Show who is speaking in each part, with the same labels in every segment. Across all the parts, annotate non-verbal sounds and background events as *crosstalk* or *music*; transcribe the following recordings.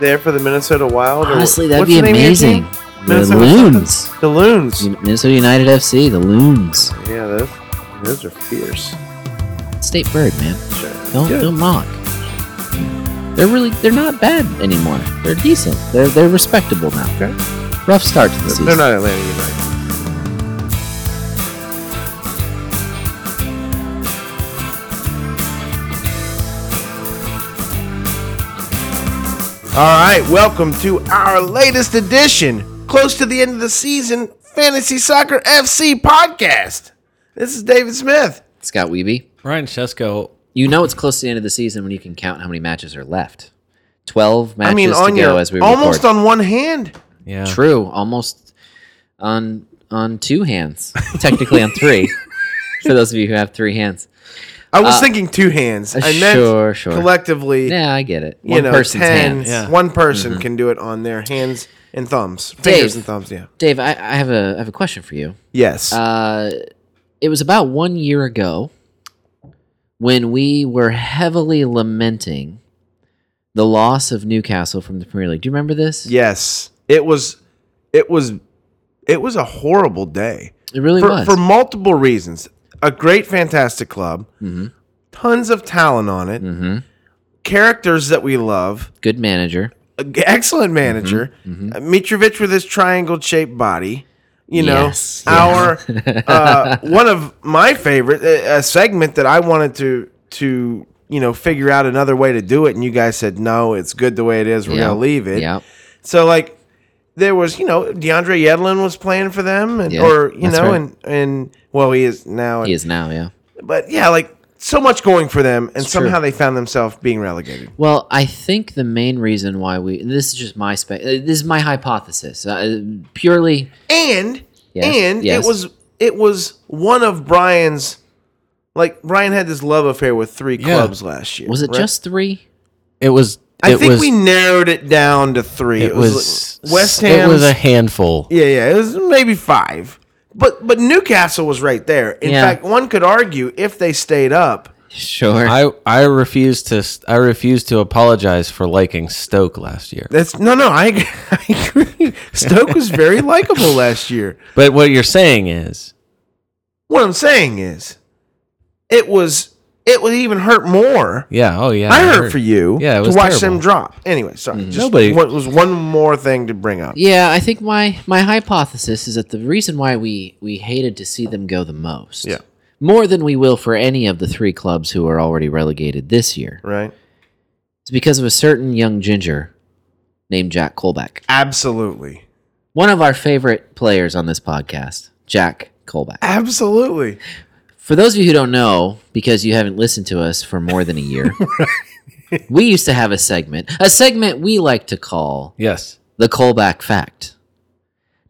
Speaker 1: there for the Minnesota Wild? or-
Speaker 2: Honestly, that'd
Speaker 1: what's
Speaker 2: be
Speaker 1: the name of your
Speaker 2: amazing.
Speaker 1: team?
Speaker 2: The
Speaker 1: Minnesota
Speaker 2: Loons.
Speaker 1: The Loons.
Speaker 2: Minnesota United FC, the Loons.
Speaker 1: Yeah, those, those are fierce.
Speaker 2: State bird, man.
Speaker 1: Sure.
Speaker 2: Don't
Speaker 1: Good.
Speaker 2: don't mock. They're really they're not bad anymore. They're decent. They're they're respectable now.
Speaker 1: Okay.
Speaker 2: Rough start to the season.
Speaker 1: They're not Atlanta United.
Speaker 3: All right, welcome to our latest edition, close to the end of the season, Fantasy Soccer FC podcast. This is David Smith.
Speaker 2: Scott Weeby.
Speaker 4: Ryan Shesko,
Speaker 2: You know it's close to the end of the season when you can count how many matches are left. Twelve matches
Speaker 3: I mean, on
Speaker 2: to go
Speaker 3: your
Speaker 2: as we
Speaker 3: almost
Speaker 2: record.
Speaker 3: on one hand.
Speaker 4: yeah,
Speaker 2: True, almost on on two hands. Technically
Speaker 1: *laughs*
Speaker 2: on three. For those of you who have three hands.
Speaker 3: I was thinking two hands.
Speaker 2: uh,
Speaker 3: I meant
Speaker 2: sure, sure.
Speaker 3: collectively,
Speaker 2: Yeah, I get it.
Speaker 3: you
Speaker 2: One
Speaker 3: know,
Speaker 2: person's
Speaker 3: ten.
Speaker 2: hands.
Speaker 4: Yeah.
Speaker 3: One person can do it on their hands and thumbs,
Speaker 2: Dave.
Speaker 3: fingers and thumbs. Yeah.
Speaker 2: Dave, I, I have a I have a question for you.
Speaker 3: Yes.
Speaker 2: Uh, it was about one year ago when we were heavily lamenting the loss of Newcastle from the Premier League. Do you remember this?
Speaker 3: yes. It was. It was. It was a horrible day.
Speaker 2: it really
Speaker 3: for,
Speaker 2: was.
Speaker 3: for multiple reasons. A great, fantastic club,
Speaker 2: Mm-hmm.
Speaker 3: tons of talent on it, characters that we love,
Speaker 2: Good manager.
Speaker 3: a g- *laughs* excellent manager,
Speaker 2: Mm-hmm,
Speaker 3: Uh, Mitrovic with his triangle-shaped body. You know,
Speaker 2: Yes, yeah.
Speaker 3: our
Speaker 2: *laughs*
Speaker 3: uh, one of my favorite a, a segment that I wanted to to you know figure out another way to do it, and you guys said no, it's good the way it is. We're
Speaker 2: Yeah,
Speaker 3: gonna leave it.
Speaker 2: Yeah,
Speaker 3: So like there was, you know, DeAndre Yedlin was playing for them and
Speaker 2: Yeah,
Speaker 3: or you
Speaker 2: that's
Speaker 3: know,
Speaker 2: right.
Speaker 3: and and well he is now
Speaker 2: he is now. Yeah.
Speaker 3: but yeah, like so much going for them and
Speaker 2: true.
Speaker 3: somehow they found themselves being relegated.
Speaker 2: Well, I think the main reason why we this is just my spe- uh, this is my hypothesis uh, purely.
Speaker 3: And
Speaker 2: Yes,
Speaker 3: and
Speaker 2: yes.
Speaker 3: it was it was one of Brian's like Brian had this love affair with three
Speaker 4: Yeah.
Speaker 3: clubs last year.
Speaker 2: Was it
Speaker 3: right?
Speaker 2: just three? *laughs*
Speaker 4: it was.
Speaker 3: I
Speaker 4: it
Speaker 3: think
Speaker 4: was,
Speaker 3: we narrowed it down to three.
Speaker 4: It was
Speaker 3: like West
Speaker 4: It
Speaker 3: Ham.
Speaker 4: was a handful.
Speaker 3: Yeah, yeah, it was maybe five. But but Newcastle was right there. In
Speaker 2: Yeah.
Speaker 3: fact, one could argue if they stayed up.
Speaker 2: Sure.
Speaker 4: I I refuse to I refuse to apologize for liking Stoke last year.
Speaker 3: That's no, no. I, ag- *laughs* I agree. Stoke was very likable last year.
Speaker 4: But what you're saying is,
Speaker 3: What I'm saying is, it was it would even hurt more.
Speaker 4: yeah, oh yeah,
Speaker 3: I hurt for you.
Speaker 4: Yeah, it
Speaker 3: to
Speaker 4: was
Speaker 3: watch
Speaker 4: terrible. Mm.
Speaker 3: them drop. Anyway, sorry. Just
Speaker 4: Nobody-
Speaker 3: What was one more thing to bring up?
Speaker 2: Yeah, I think my my hypothesis is that the reason why we we hated to see them go the most,
Speaker 3: Yeah.
Speaker 2: more than we will for any of the three clubs who are already relegated this year,
Speaker 3: Right.
Speaker 2: is because of a certain young ginger named Jack Colback,
Speaker 3: Absolutely.
Speaker 2: one of our favorite players on this podcast, Jack Colback.
Speaker 3: Absolutely.
Speaker 2: For those of you who don't know, because you haven't listened to us for more than a
Speaker 4: *laughs*
Speaker 2: year, we used to have a segment, a segment we like to call
Speaker 4: Yes,
Speaker 2: the Colback Fact.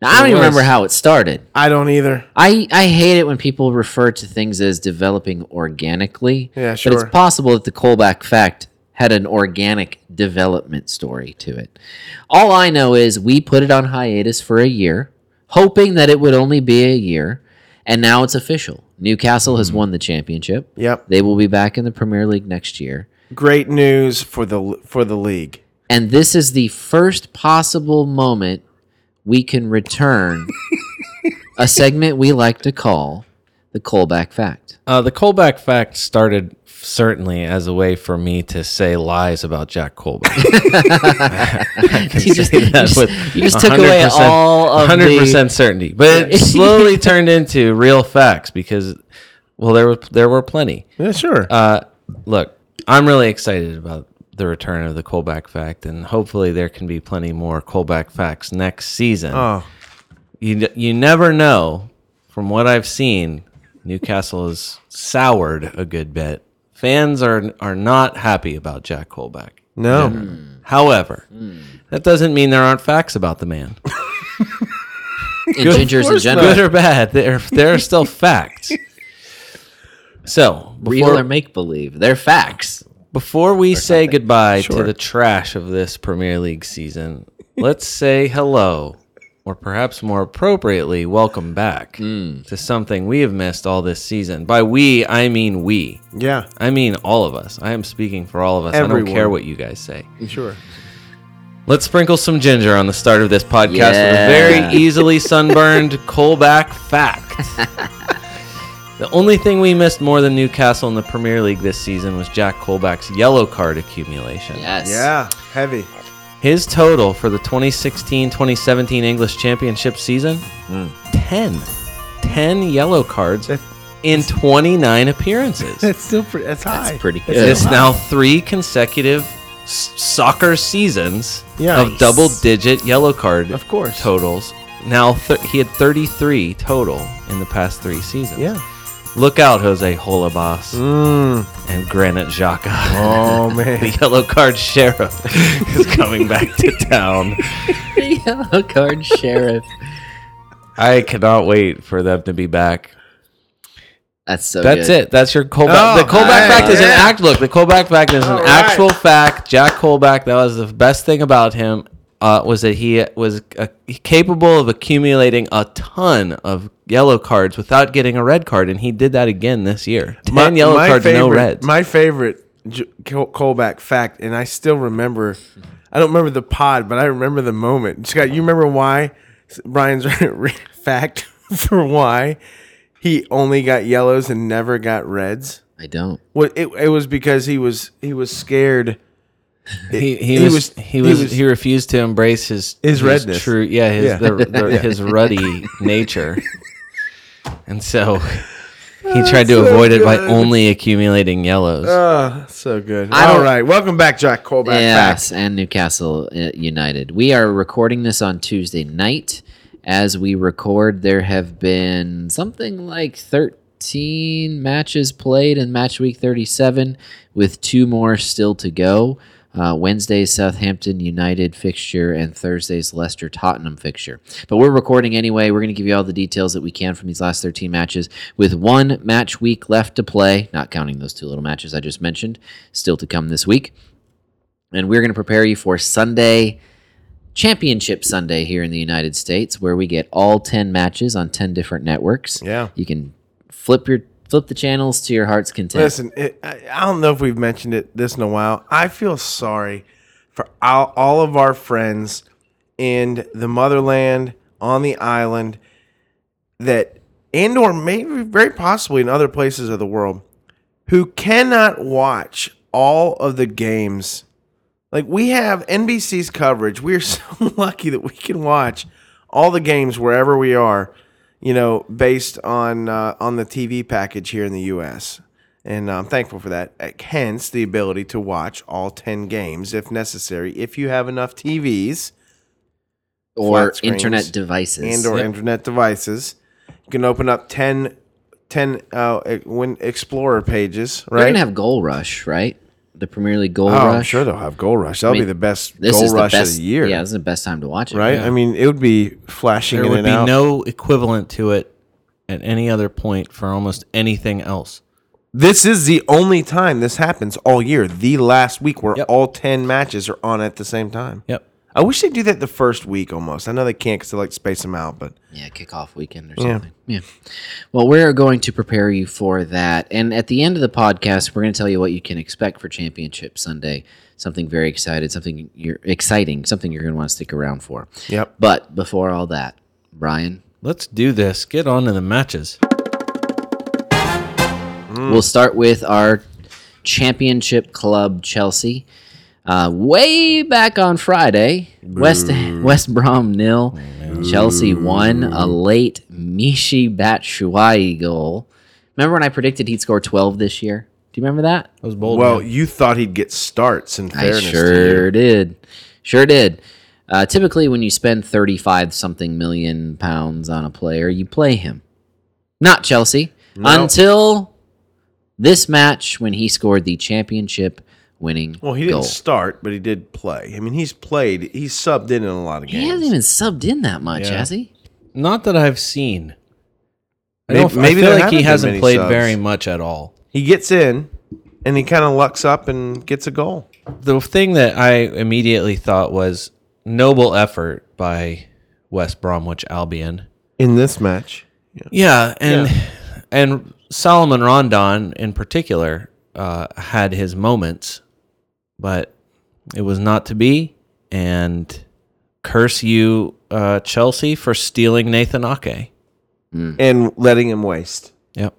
Speaker 2: Now I don't
Speaker 4: It
Speaker 2: even
Speaker 4: was.
Speaker 2: remember how it started.
Speaker 3: I don't either.
Speaker 2: I, I hate it when people refer to things as developing organically.
Speaker 3: Yeah,
Speaker 2: But
Speaker 3: sure.
Speaker 2: it's possible that the Colback fact had an organic development story to it. All I know is we put it on hiatus for a year, hoping that it would only be a year, and now it's official. Newcastle
Speaker 3: Mm-hmm.
Speaker 2: has won the championship.
Speaker 3: Yep.
Speaker 2: They will be back in the Premier League next year.
Speaker 3: Great news for the for the league.
Speaker 2: And this is the first possible moment we can return a segment we like to call the Colback Fact.
Speaker 4: uh, the Colback fact started certainly as a way for me to say lies about Jack *laughs* Colback. I can
Speaker 2: *laughs* You just-
Speaker 4: say
Speaker 2: you
Speaker 4: that
Speaker 2: just-
Speaker 4: with
Speaker 2: you just took away
Speaker 4: 100%
Speaker 2: all of the-
Speaker 4: 100% certainty, *laughs* but it slowly turned into real facts because, well, there were there were plenty.
Speaker 3: Yeah, sure.
Speaker 4: Uh, look, I'm really excited about the return of the Colback fact, and hopefully there can be plenty more Colback facts next season.
Speaker 3: oh,
Speaker 4: You you never know. From what I've seen, Newcastle has soured a good bit. Fans are are not happy about Jack Colback.
Speaker 3: no.
Speaker 4: However, that doesn't mean there aren't facts about the man,
Speaker 2: And gingers in general.
Speaker 4: good or bad. There there are still facts. So
Speaker 2: real
Speaker 4: before
Speaker 2: or make believe. They're facts.
Speaker 4: Before we say goodbye to the trash of this Premier League season, let's say hello, or perhaps more appropriately, welcome back
Speaker 3: Hmm.
Speaker 4: to something we have missed all this season. By we, I mean we.
Speaker 3: Yeah.
Speaker 4: I mean all of us. I am speaking for all of us. I don't
Speaker 3: Everyone.
Speaker 4: care what you guys say.
Speaker 3: Sure.
Speaker 4: Let's sprinkle some ginger on the start of this podcast with
Speaker 2: Yeah.
Speaker 4: a very easily sunburned *laughs* Colback
Speaker 3: *laughs*
Speaker 4: fact. the only thing we missed more than Newcastle in the Premier League this season was Jack Colback's yellow card accumulation.
Speaker 2: Yes.
Speaker 3: Yeah, heavy.
Speaker 4: His total for the 2016 2017 English Championship season 10. 10 yellow cards
Speaker 3: Hmm. That-
Speaker 4: in
Speaker 3: *laughs*
Speaker 4: 29 appearances.
Speaker 3: That's still pretty. That's high.
Speaker 2: Pretty good.
Speaker 4: It's now three consecutive s- soccer seasons
Speaker 3: Yeah.
Speaker 4: of double digit yellow card
Speaker 3: Of course.
Speaker 4: totals. Now th- he had 33 total in the past three seasons.
Speaker 3: Yeah. Mm.
Speaker 4: Look out, Jose Holabas *laughs* and Granite Xhaka.
Speaker 3: Oh
Speaker 4: The
Speaker 3: man.
Speaker 4: *laughs* yellow card sheriff
Speaker 3: *laughs*
Speaker 4: is coming back to town.
Speaker 2: The *laughs* yellow card sheriff.
Speaker 4: I cannot wait for them to be back.
Speaker 2: That's so
Speaker 4: That's
Speaker 2: good.
Speaker 4: it. That's your Colback.
Speaker 3: Oh,
Speaker 4: the
Speaker 2: nice.
Speaker 4: Colback fact is an
Speaker 3: Yeah.
Speaker 4: act. Look, the Colback fact is an
Speaker 3: All right.
Speaker 4: actual fact. Jack Colback. That was the best thing about him uh, was that he was uh, capable of accumulating a ton of yellow cards without getting a red card, and he did that again this year. Ten yellow cards,
Speaker 3: favorite,
Speaker 4: no reds.
Speaker 3: My favorite J- Col- Colback fact, and I still remember. I don't remember the pod, but I remember the moment. Scott, you remember why S- Brian's *laughs* fact *laughs* for why he only got yellows and never got reds?
Speaker 2: I don't.
Speaker 3: Well, it, it was because he was he was scared.
Speaker 4: he, he,
Speaker 3: he
Speaker 4: was,
Speaker 3: was-
Speaker 4: he was
Speaker 3: he was-
Speaker 4: he refused to embrace his
Speaker 3: His redness.
Speaker 4: True, yeah,
Speaker 3: *laughs*
Speaker 4: his
Speaker 3: Yeah.
Speaker 4: The, the, his ruddy
Speaker 3: *laughs*
Speaker 4: nature, and so he tried to avoid it by only accumulating yellows.
Speaker 3: Oh, so good.
Speaker 2: I
Speaker 3: All
Speaker 2: don't-
Speaker 3: right, welcome back, Jack Colback. Fact.
Speaker 2: Yes, and Newcastle uh, United. We are recording this on Tuesday night. As we record, there have been something like 13 matches played in match week 37, with two more still to go. Uh, Wednesday's Southampton United fixture and Thursday's Leicester Tottenham fixture. But we're recording anyway. We're going to give you all the details that we can from these last 13 matches with one match week left to play, not counting those two little matches I just mentioned, still to come this week and we're going to prepare you for Sunday, Championship Sunday here in the United States, where we get all ten matches on ten different networks.
Speaker 3: Yeah.
Speaker 2: you can flip your flip the channels to your heart's content.
Speaker 3: Listen, it, I, I don't know if we've mentioned it this in a while. I feel sorry for all, all of our friends in the motherland, on the island, that, and or maybe very possibly in other places of the world, who cannot watch all of the games. Like we have NBC's coverage. We're *laughs* so lucky that we can watch all the games wherever we are. You know, based on uh, on the TV package here in the U.S. And I'm thankful for that. Uh, Hence, the ability to watch all 10 games if necessary, if you have enough TVs
Speaker 2: or
Speaker 3: flat screens
Speaker 2: internet devices.
Speaker 3: and or internet devices. You can open up 10, 10 uh, e- Win Explorer pages,
Speaker 2: They're
Speaker 3: right?
Speaker 2: gonna have Goal Rush, right? The Premier League Goal
Speaker 3: oh,
Speaker 2: Rush.
Speaker 3: I'm sure they'll have Goal Rush. That'll be the best
Speaker 2: This
Speaker 3: Goal
Speaker 2: is the
Speaker 3: Rush
Speaker 2: best
Speaker 3: of the year,
Speaker 2: Yeah, this is the best time to watch it.
Speaker 3: right? I mean, it would be flashing
Speaker 4: There
Speaker 3: in
Speaker 4: would
Speaker 3: and
Speaker 4: be
Speaker 3: out.
Speaker 4: no equivalent to it at any other point for almost anything else.
Speaker 3: this is the only time this happens all year. The last week where
Speaker 4: Yep.
Speaker 3: all 10 matches are on at the same time.
Speaker 4: Yep.
Speaker 3: I wish they do that the first week almost. I know they can't because they like to space them out, but
Speaker 2: Yeah, kickoff weekend or something. Yeah. Well, we're going to prepare you for that. And at the end of the podcast, we're going to tell you what you can expect for Championship Sunday. Something very excited, something you're exciting, something you're going to want to stick around for.
Speaker 3: Yep.
Speaker 2: But before all that, Brian,
Speaker 4: Let's do this. Get on to the matches.
Speaker 2: we'll start with our championship club, Chelsea. Uh, way back on Friday, West West Brom nil, Chelsea won a late Mishi Batshuayi goal. Remember when I predicted he'd score 12 this year? Do you remember that?
Speaker 4: That was bold.
Speaker 3: well,
Speaker 4: man.
Speaker 3: you thought he'd get starts in
Speaker 2: I
Speaker 3: fairness. To you.
Speaker 2: sure did. Sure did. Uh, typically, when you spend 35 something million pounds on a player, you play him. Not Chelsea. Until this match when he scored the championship winning
Speaker 3: Well, he didn't
Speaker 2: goal.
Speaker 3: start, but he did play. I mean, he's played. He's subbed in in a lot of
Speaker 2: he hasn't
Speaker 3: games.
Speaker 2: even subbed in that much,
Speaker 4: Yeah.
Speaker 2: has he?
Speaker 4: not that I've seen. I
Speaker 3: Maybe-
Speaker 4: don't,
Speaker 3: maybe
Speaker 4: I
Speaker 3: there
Speaker 4: feel like
Speaker 3: haven't
Speaker 4: he
Speaker 3: been
Speaker 4: hasn't
Speaker 3: many
Speaker 4: played
Speaker 3: subs.
Speaker 4: very much at all.
Speaker 3: He gets in, and he kind of lucks up and gets a goal.
Speaker 4: The thing that I immediately thought was noble effort by West Bromwich Albion.
Speaker 3: In this match,
Speaker 4: Yeah, and and Solomon Rondon in particular uh, had his moments, but it was not to be. and curse you, uh, Chelsea, for stealing Nathan Ake.
Speaker 2: Hmm.
Speaker 3: and letting him waste.
Speaker 4: Yep.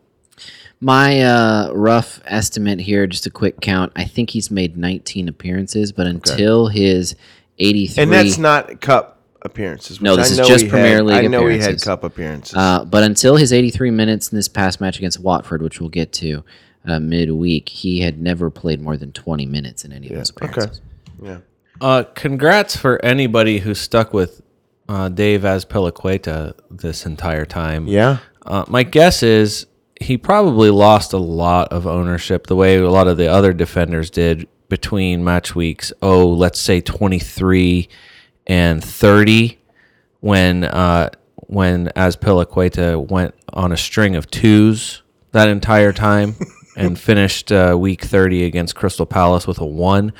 Speaker 2: My uh, rough estimate here, just a quick count. I think he's made 19 appearances, but until his 83,
Speaker 3: And that's not cup appearances.
Speaker 2: No,
Speaker 3: which
Speaker 2: this
Speaker 3: I
Speaker 2: is
Speaker 3: know
Speaker 2: just
Speaker 3: he
Speaker 2: Premier
Speaker 3: had,
Speaker 2: League
Speaker 3: I know he had
Speaker 2: appearances.
Speaker 3: cup appearances.
Speaker 2: uh, but until his 83 minutes in this past match against Watford, which we'll get to uh, midweek, he had never played more than 20 minutes in any of those appearances.
Speaker 3: yeah.
Speaker 4: Uh, congrats for anybody who stuck with uh, Dave Azpilicueta this entire time.
Speaker 3: Yeah.
Speaker 4: Uh, my guess is he probably lost a lot of ownership the way a lot of the other defenders did between match weeks. Oh, let's say 23 and 30 when uh, when Azpilicueta went on a string of twos that entire time and finished uh, week 30 against Crystal Palace with a one.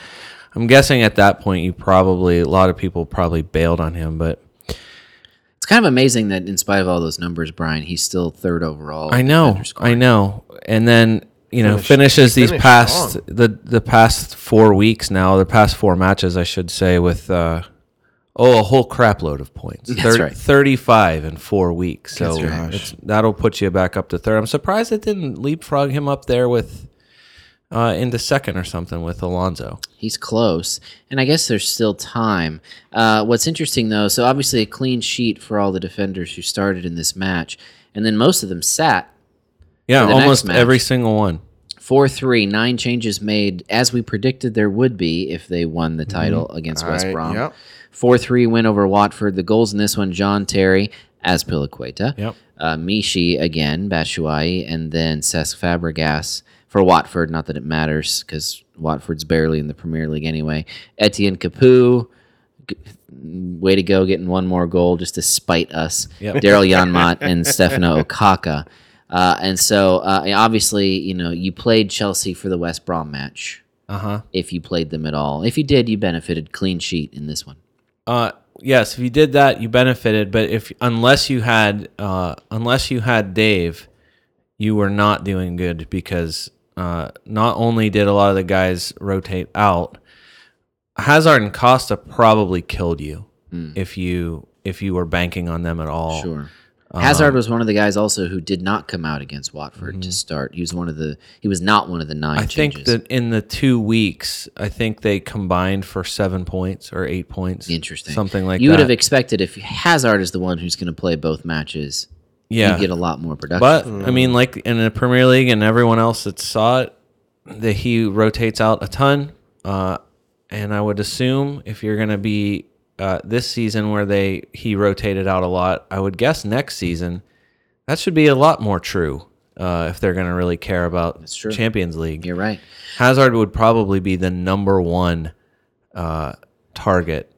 Speaker 4: I'm guessing at that point you probably a lot of people probably bailed on him, but
Speaker 2: It's kind of amazing that, in spite of all those numbers, Brian, he's still third overall.
Speaker 4: I know, I know. And then you know finishes these
Speaker 3: finished
Speaker 4: past
Speaker 3: strong.
Speaker 4: the the past four weeks now, the past four matches, I should say, with uh, oh a whole crap load of points.
Speaker 2: right.
Speaker 4: Thirty five in four weeks. So
Speaker 2: That's right.
Speaker 4: it's, that'll put you back up to third. I'm surprised it didn't leapfrog him up there with. Uh, into second or something with Alonso.
Speaker 2: He's close, and I guess there's still time. Uh, what's interesting though, so obviously a clean sheet for all the defenders who started in this match, and then most of them sat
Speaker 4: Yeah,
Speaker 2: For the next
Speaker 4: almost
Speaker 2: match.
Speaker 4: every single one.
Speaker 2: four three nine changes made as we predicted there would be if they won the title against West
Speaker 3: I-
Speaker 2: Brom.
Speaker 3: yep.
Speaker 2: Four three win over Watford. The goals in this one: John Terry as Piliqueta,
Speaker 4: Yep.
Speaker 2: uh, Mishi again, Bashuayi, and then Cesc Fabregas for Watford. Not that it matters because Watford's barely in the Premier League anyway. Etienne Capoue. g- Way to go, getting one more goal just to spite us.
Speaker 4: Yep.
Speaker 2: Daryl Yanmat and *laughs* Stefano Okaka. Uh, and so, uh, obviously, you know, you played Chelsea for the West Brom match.
Speaker 4: Uh huh.
Speaker 2: If you played them at all, if you did, you benefited clean sheet in this one.
Speaker 4: Uh, yes, if you did that, you benefited. But if unless you had uh, unless you had Dave, you were not doing good because uh, not only did a lot of the guys rotate out, Hazard and Costa probably killed you if you if you were banking on them at all.
Speaker 2: Hmm. Sure.
Speaker 4: Um,
Speaker 2: Hazard was one of the guys also who did not come out against Watford to start. He was one of the he was not one of the nine
Speaker 4: Mhm. I
Speaker 2: changes.
Speaker 4: think that in the two weeks, I think they combined for seven points or eight points.
Speaker 2: Interesting.
Speaker 4: Something like
Speaker 2: you
Speaker 4: that.
Speaker 2: would have expected if Hazard is the one who's going to play both matches,
Speaker 4: yeah.
Speaker 2: you get a lot more production.
Speaker 4: But
Speaker 2: Mm.
Speaker 4: I mean, like in the Premier League and everyone else that saw it, that he rotates out a ton. Uh, and I would assume if you're going to be uh, this season where they he rotated out a lot, I would guess next season that should be a lot more true. Uh, if they're going to really care about
Speaker 2: true.
Speaker 4: Champions League,
Speaker 2: You're right.
Speaker 4: Hazard would probably be the number one uh, target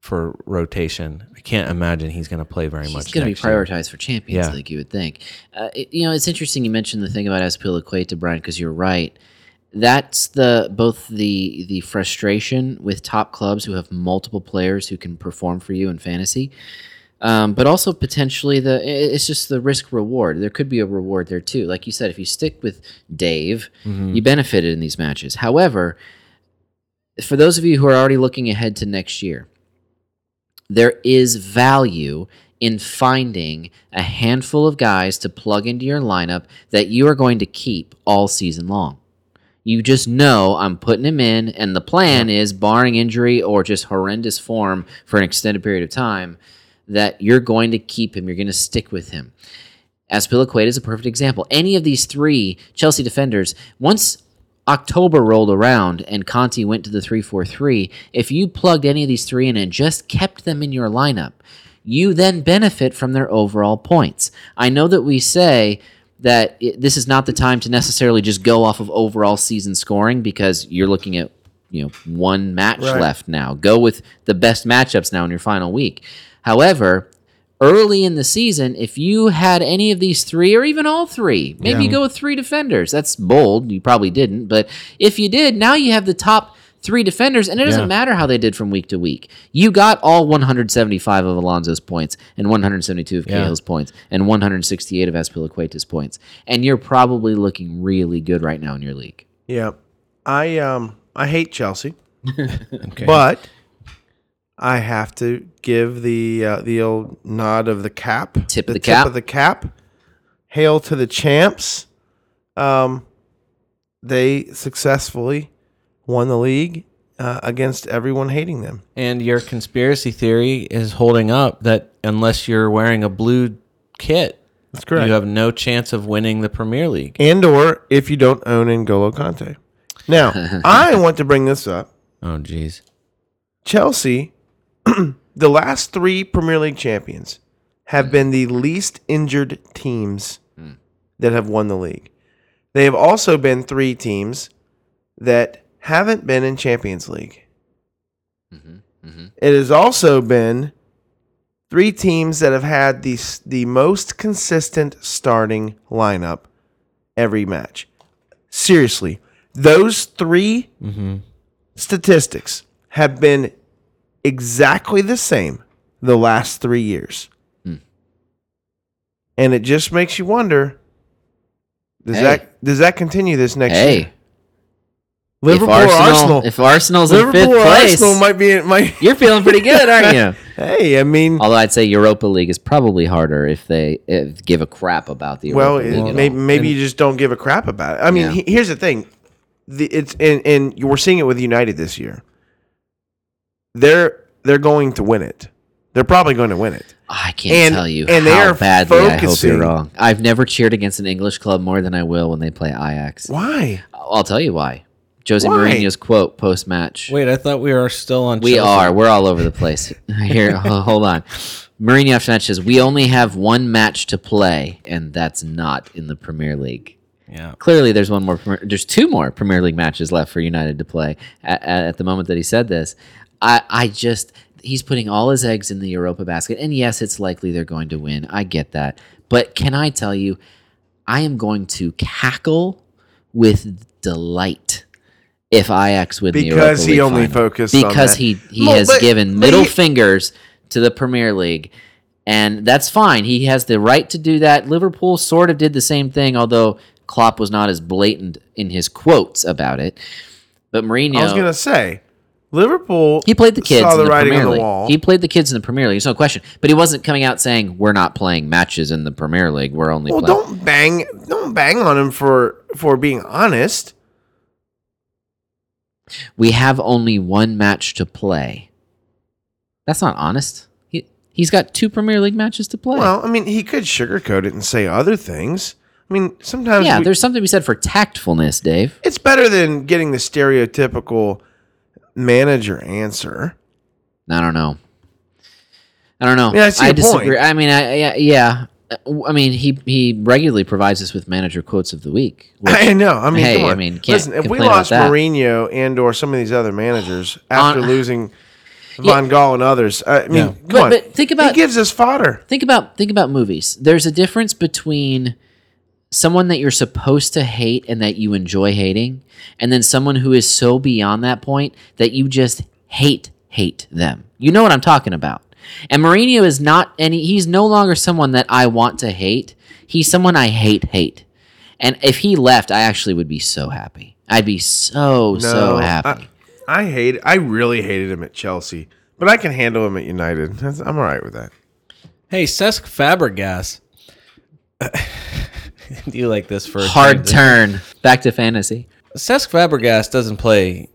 Speaker 4: for rotation. I can't imagine he's going to play very much.
Speaker 2: He's going to be
Speaker 4: next year.
Speaker 2: prioritized for Champions
Speaker 4: Yeah.
Speaker 2: League, you would think. Uh, it- you know, it's interesting you mentioned the thing about Aspilicueta, Brian, because you're right. That's the both the the frustration with top clubs who have multiple players who can perform for you in fantasy, um, but also potentially the i- it's just the risk reward. There could be a reward there too. Like you said, if you stick with Dave,
Speaker 4: Mm-hmm.
Speaker 2: you benefited in these matches. However, for those of you who are already looking ahead to next year, there is value in finding a handful of guys to plug into your lineup that you are going to keep all season long. You just know I'm putting him in, and the plan is, barring injury or just horrendous form for an extended period of time, that you're going to keep him. You're going to stick with him. Aspilicueta is a perfect example. Any of these three Chelsea defenders, once October rolled around and Conti went to the 3-4-3, if you plugged any of these three in and just kept them in your lineup, you then benefit from their overall points. I know that we say that i this is not the time to necessarily just go off of overall season scoring because you're looking at you know one match left now. Go with the best matchups now in your final week. However, early in the season, if you had any of these three or even all three, maybe you go with three defenders. That's bold. You probably didn't, but if you did, now you have the top three defenders, and it doesn't matter how they did from week to week. You got all 175 of Alonso's points and 172 of Cahill's points and 168 of Aspilicueta's points, and you're probably looking really good right now in your league.
Speaker 3: Yeah. I um I hate Chelsea. But I have to give the uh, the old nod of the cap,
Speaker 2: Tip
Speaker 3: the
Speaker 2: the cap.
Speaker 3: of the cap. Hail to the champs! Um, they successfully won the league uh, against everyone hating them.
Speaker 4: And your conspiracy theory is holding up that unless you're wearing a blue kit,
Speaker 3: That's correct.
Speaker 4: you have no chance of winning the Premier League.
Speaker 3: and or if you don't own N'Golo Conte. Now, I want to bring this up.
Speaker 4: Oh, jeez.
Speaker 3: Chelsea, *clears throat* the last three Premier League champions have been the least injured teams that have won the league. They have also been three teams that haven't been in Champions League.
Speaker 2: Mm-hmm.
Speaker 3: It has also been three teams that have had the, s- the most consistent starting lineup every match. Seriously, those 3
Speaker 2: Mm-hmm.
Speaker 3: statistics have been exactly the same the last three years.
Speaker 2: Hmm.
Speaker 3: And it just makes you wonder does
Speaker 2: Hey.
Speaker 3: that does that continue this next year?
Speaker 2: Hey, if
Speaker 3: Liverpool or
Speaker 2: Arsenal,
Speaker 3: Arsenal.
Speaker 2: if Arsenal's in
Speaker 3: Liverpool
Speaker 2: fifth
Speaker 3: or
Speaker 2: place,
Speaker 3: Arsenal might be
Speaker 2: *laughs*
Speaker 3: might
Speaker 2: you're feeling pretty good, aren't
Speaker 3: *laughs*
Speaker 2: you?
Speaker 3: Hey, I mean
Speaker 2: Although I'd say Europa League is probably harder if they if, give a crap about the Europa
Speaker 3: well,
Speaker 2: League. at all.
Speaker 3: maybe, maybe you just don't give a crap about it. I mean,
Speaker 2: Yeah.
Speaker 3: he- here's the thing: the, it's and and you- we're seeing it with United this year. They're they're going to win it. They're probably going to win it.
Speaker 2: I can't
Speaker 3: And-
Speaker 2: tell you
Speaker 3: and they
Speaker 2: how
Speaker 3: are
Speaker 2: badly I hope
Speaker 3: focusing-
Speaker 2: you're wrong. I've never cheered against an English club more than I will when they play Ajax.
Speaker 3: Why?
Speaker 2: I'll tell you why. Jose
Speaker 3: Why?
Speaker 2: Mourinho's quote post match.
Speaker 4: Wait, I thought we were still on.
Speaker 2: We
Speaker 4: Chelsea.
Speaker 2: are. We're all over the place. *laughs* Here, ho- hold on. Mourinho after match says we only have one match to play, and that's not in the Premier League.
Speaker 4: Yeah.
Speaker 2: Clearly, there's one more. Premier- There's two more Premier League matches left for United to play. At, at the moment that he said this, I, I just he's putting all his eggs in the Europa basket. And yes, it's likely they're going to win. I get that, but can I tell you, I am going to cackle with delight if Ajax win the Europa
Speaker 3: Because
Speaker 2: League
Speaker 3: he only
Speaker 2: final
Speaker 3: focused on
Speaker 2: because
Speaker 3: that.
Speaker 2: he he
Speaker 3: Well,
Speaker 2: has
Speaker 3: but-
Speaker 2: given
Speaker 3: but
Speaker 2: middle
Speaker 3: he-
Speaker 2: fingers to the Premier League, and that's fine. He has the right to do that. Liverpool sort of did the same thing, although Klopp was not as blatant in his quotes about it. But Mourinho,
Speaker 3: I was gonna say Liverpool.
Speaker 2: he played the kids
Speaker 3: Saw
Speaker 2: in
Speaker 3: the,
Speaker 2: the
Speaker 3: writing
Speaker 2: Premier
Speaker 3: on the
Speaker 2: League.
Speaker 3: wall.
Speaker 2: He played the kids in the Premier League. There's no question. But he wasn't coming out saying we're not playing matches in the Premier League. We're only
Speaker 3: well,
Speaker 2: playing.
Speaker 3: don't bang, don't bang on him for for being honest.
Speaker 2: We have only one match to play. That's not honest. He he's got two Premier League matches to play.
Speaker 3: Well, I mean, he could sugarcoat it and say other things. I mean, sometimes
Speaker 2: yeah,
Speaker 3: we-
Speaker 2: there's something to be said for tactfulness, Dave.
Speaker 3: it's better than getting the stereotypical manager answer. *clears throat*
Speaker 2: I don't know. I don't know.
Speaker 3: Yeah, I see your point.
Speaker 2: disagree. I mean, I yeah, yeah. Uh, I mean, he he regularly provides us with manager quotes of the week.
Speaker 3: *laughs*
Speaker 2: which-
Speaker 3: I know. I mean,
Speaker 2: hey,
Speaker 3: come on.
Speaker 2: I mean, can't
Speaker 3: listen. If we
Speaker 2: complain about
Speaker 3: lost
Speaker 2: that.
Speaker 3: Mourinho and or some of these other managers after
Speaker 2: On-
Speaker 3: losing Van Gaal and others, I mean, come
Speaker 2: But-
Speaker 3: on.
Speaker 2: but think about-
Speaker 3: he gives us fodder.
Speaker 2: think about think about movies. There's a difference between someone that you're supposed to hate and that you enjoy hating, and then someone who is so beyond that point that you just hate hate them. You know what I'm talking about. And Mourinho is not any. He's no longer someone that I want to hate. He's someone I hate hate. And if he left, I actually would be so happy. I'd be so so
Speaker 3: No,
Speaker 2: happy.
Speaker 3: I, I hate. I really hated him at Chelsea, but I can handle him at United. That's- I'm all right with that.
Speaker 4: Hey, Cesc Fabregas. *laughs* Do you like this for a
Speaker 2: Hard
Speaker 4: change?
Speaker 2: turn back to fantasy.
Speaker 4: Cesc Fabregas doesn't play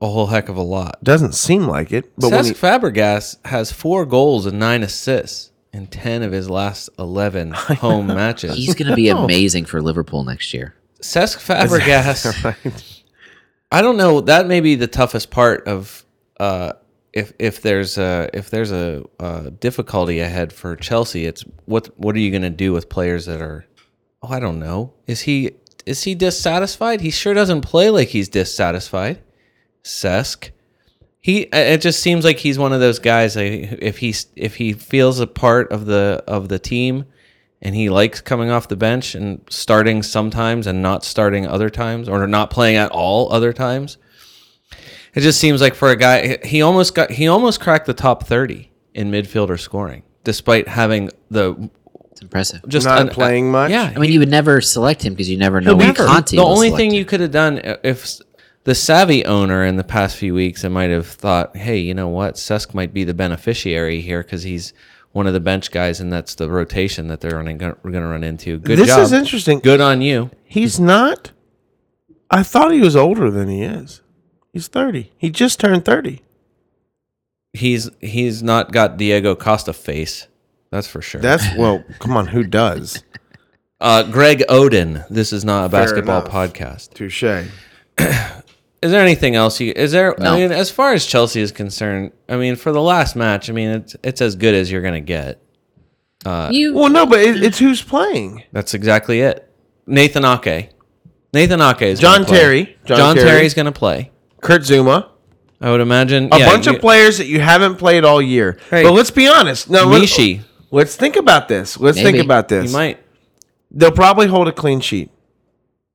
Speaker 4: a whole heck of a lot.
Speaker 3: Doesn't seem like it, but when
Speaker 4: Cesc
Speaker 3: he,
Speaker 4: Fabregas has four goals and nine assists in ten of his last eleven home matches.
Speaker 2: He's gonna be amazing for Liverpool next year.
Speaker 4: Cesc
Speaker 3: *laughs*
Speaker 4: Fabregas. I don't know. That may be the toughest part of uh, if if there's a if there's a uh, difficulty ahead for Chelsea. It's what what are you going to do with players that are? Oh, I don't know. Is he is he dissatisfied? He sure doesn't play like he's dissatisfied. Cesc. He. uh, It just seems like he's one of those guys. Like, if he if he feels a part of the of the team, and he likes coming off the bench and starting sometimes and not starting other times or not playing at all other times. It just seems like for a guy he almost got he almost cracked the top 30 in midfielder scoring despite having the
Speaker 2: It's impressive.
Speaker 4: just
Speaker 3: Not playing much?
Speaker 4: Yeah.
Speaker 2: I mean, you would never select him because you never know when
Speaker 4: Never.
Speaker 2: Conte.
Speaker 4: the
Speaker 2: will
Speaker 4: only
Speaker 2: select
Speaker 4: thing
Speaker 2: him.
Speaker 4: you could have done uh, if the savvy owner in the past few weeks, I might have thought, hey, you know what? Susk might be the beneficiary here because he's one of the bench guys, and that's the rotation that they're running, going to run into. Good
Speaker 3: this
Speaker 4: job.
Speaker 3: is interesting.
Speaker 4: Good on you.
Speaker 3: He's not. I thought he was older than he is. He's 30. He just turned 30.
Speaker 4: He's he's not got Diego Costa face. That's for sure.
Speaker 3: That's, well, come on, who does?
Speaker 4: uh, Greg Oden. This is not a
Speaker 3: Fair
Speaker 4: basketball
Speaker 3: enough.
Speaker 4: podcast.
Speaker 3: Touche.
Speaker 4: Is there anything else? You, is there?
Speaker 2: No.
Speaker 4: I mean, as far as Chelsea is concerned, I mean, for the last match, I mean, it's it's as good as you're gonna get.
Speaker 2: you
Speaker 3: Well, no, but it, it's who's playing.
Speaker 4: That's exactly it. Nathan Ake. Nathan Ake is
Speaker 3: John
Speaker 4: gonna play.
Speaker 3: Terry.
Speaker 4: John,
Speaker 3: John
Speaker 4: Terry's
Speaker 3: Terry.
Speaker 4: going to play.
Speaker 3: Kurt Zuma.
Speaker 4: I would imagine
Speaker 3: A
Speaker 4: yeah,
Speaker 3: bunch
Speaker 4: you-
Speaker 3: of players that you haven't played all year.
Speaker 4: Hey.
Speaker 3: But let's be honest. No, let-
Speaker 4: Mishi.
Speaker 3: Let's think about this. Let's
Speaker 2: Maybe.
Speaker 3: think about
Speaker 4: You
Speaker 3: this.
Speaker 4: might.
Speaker 3: They'll probably hold a clean sheet,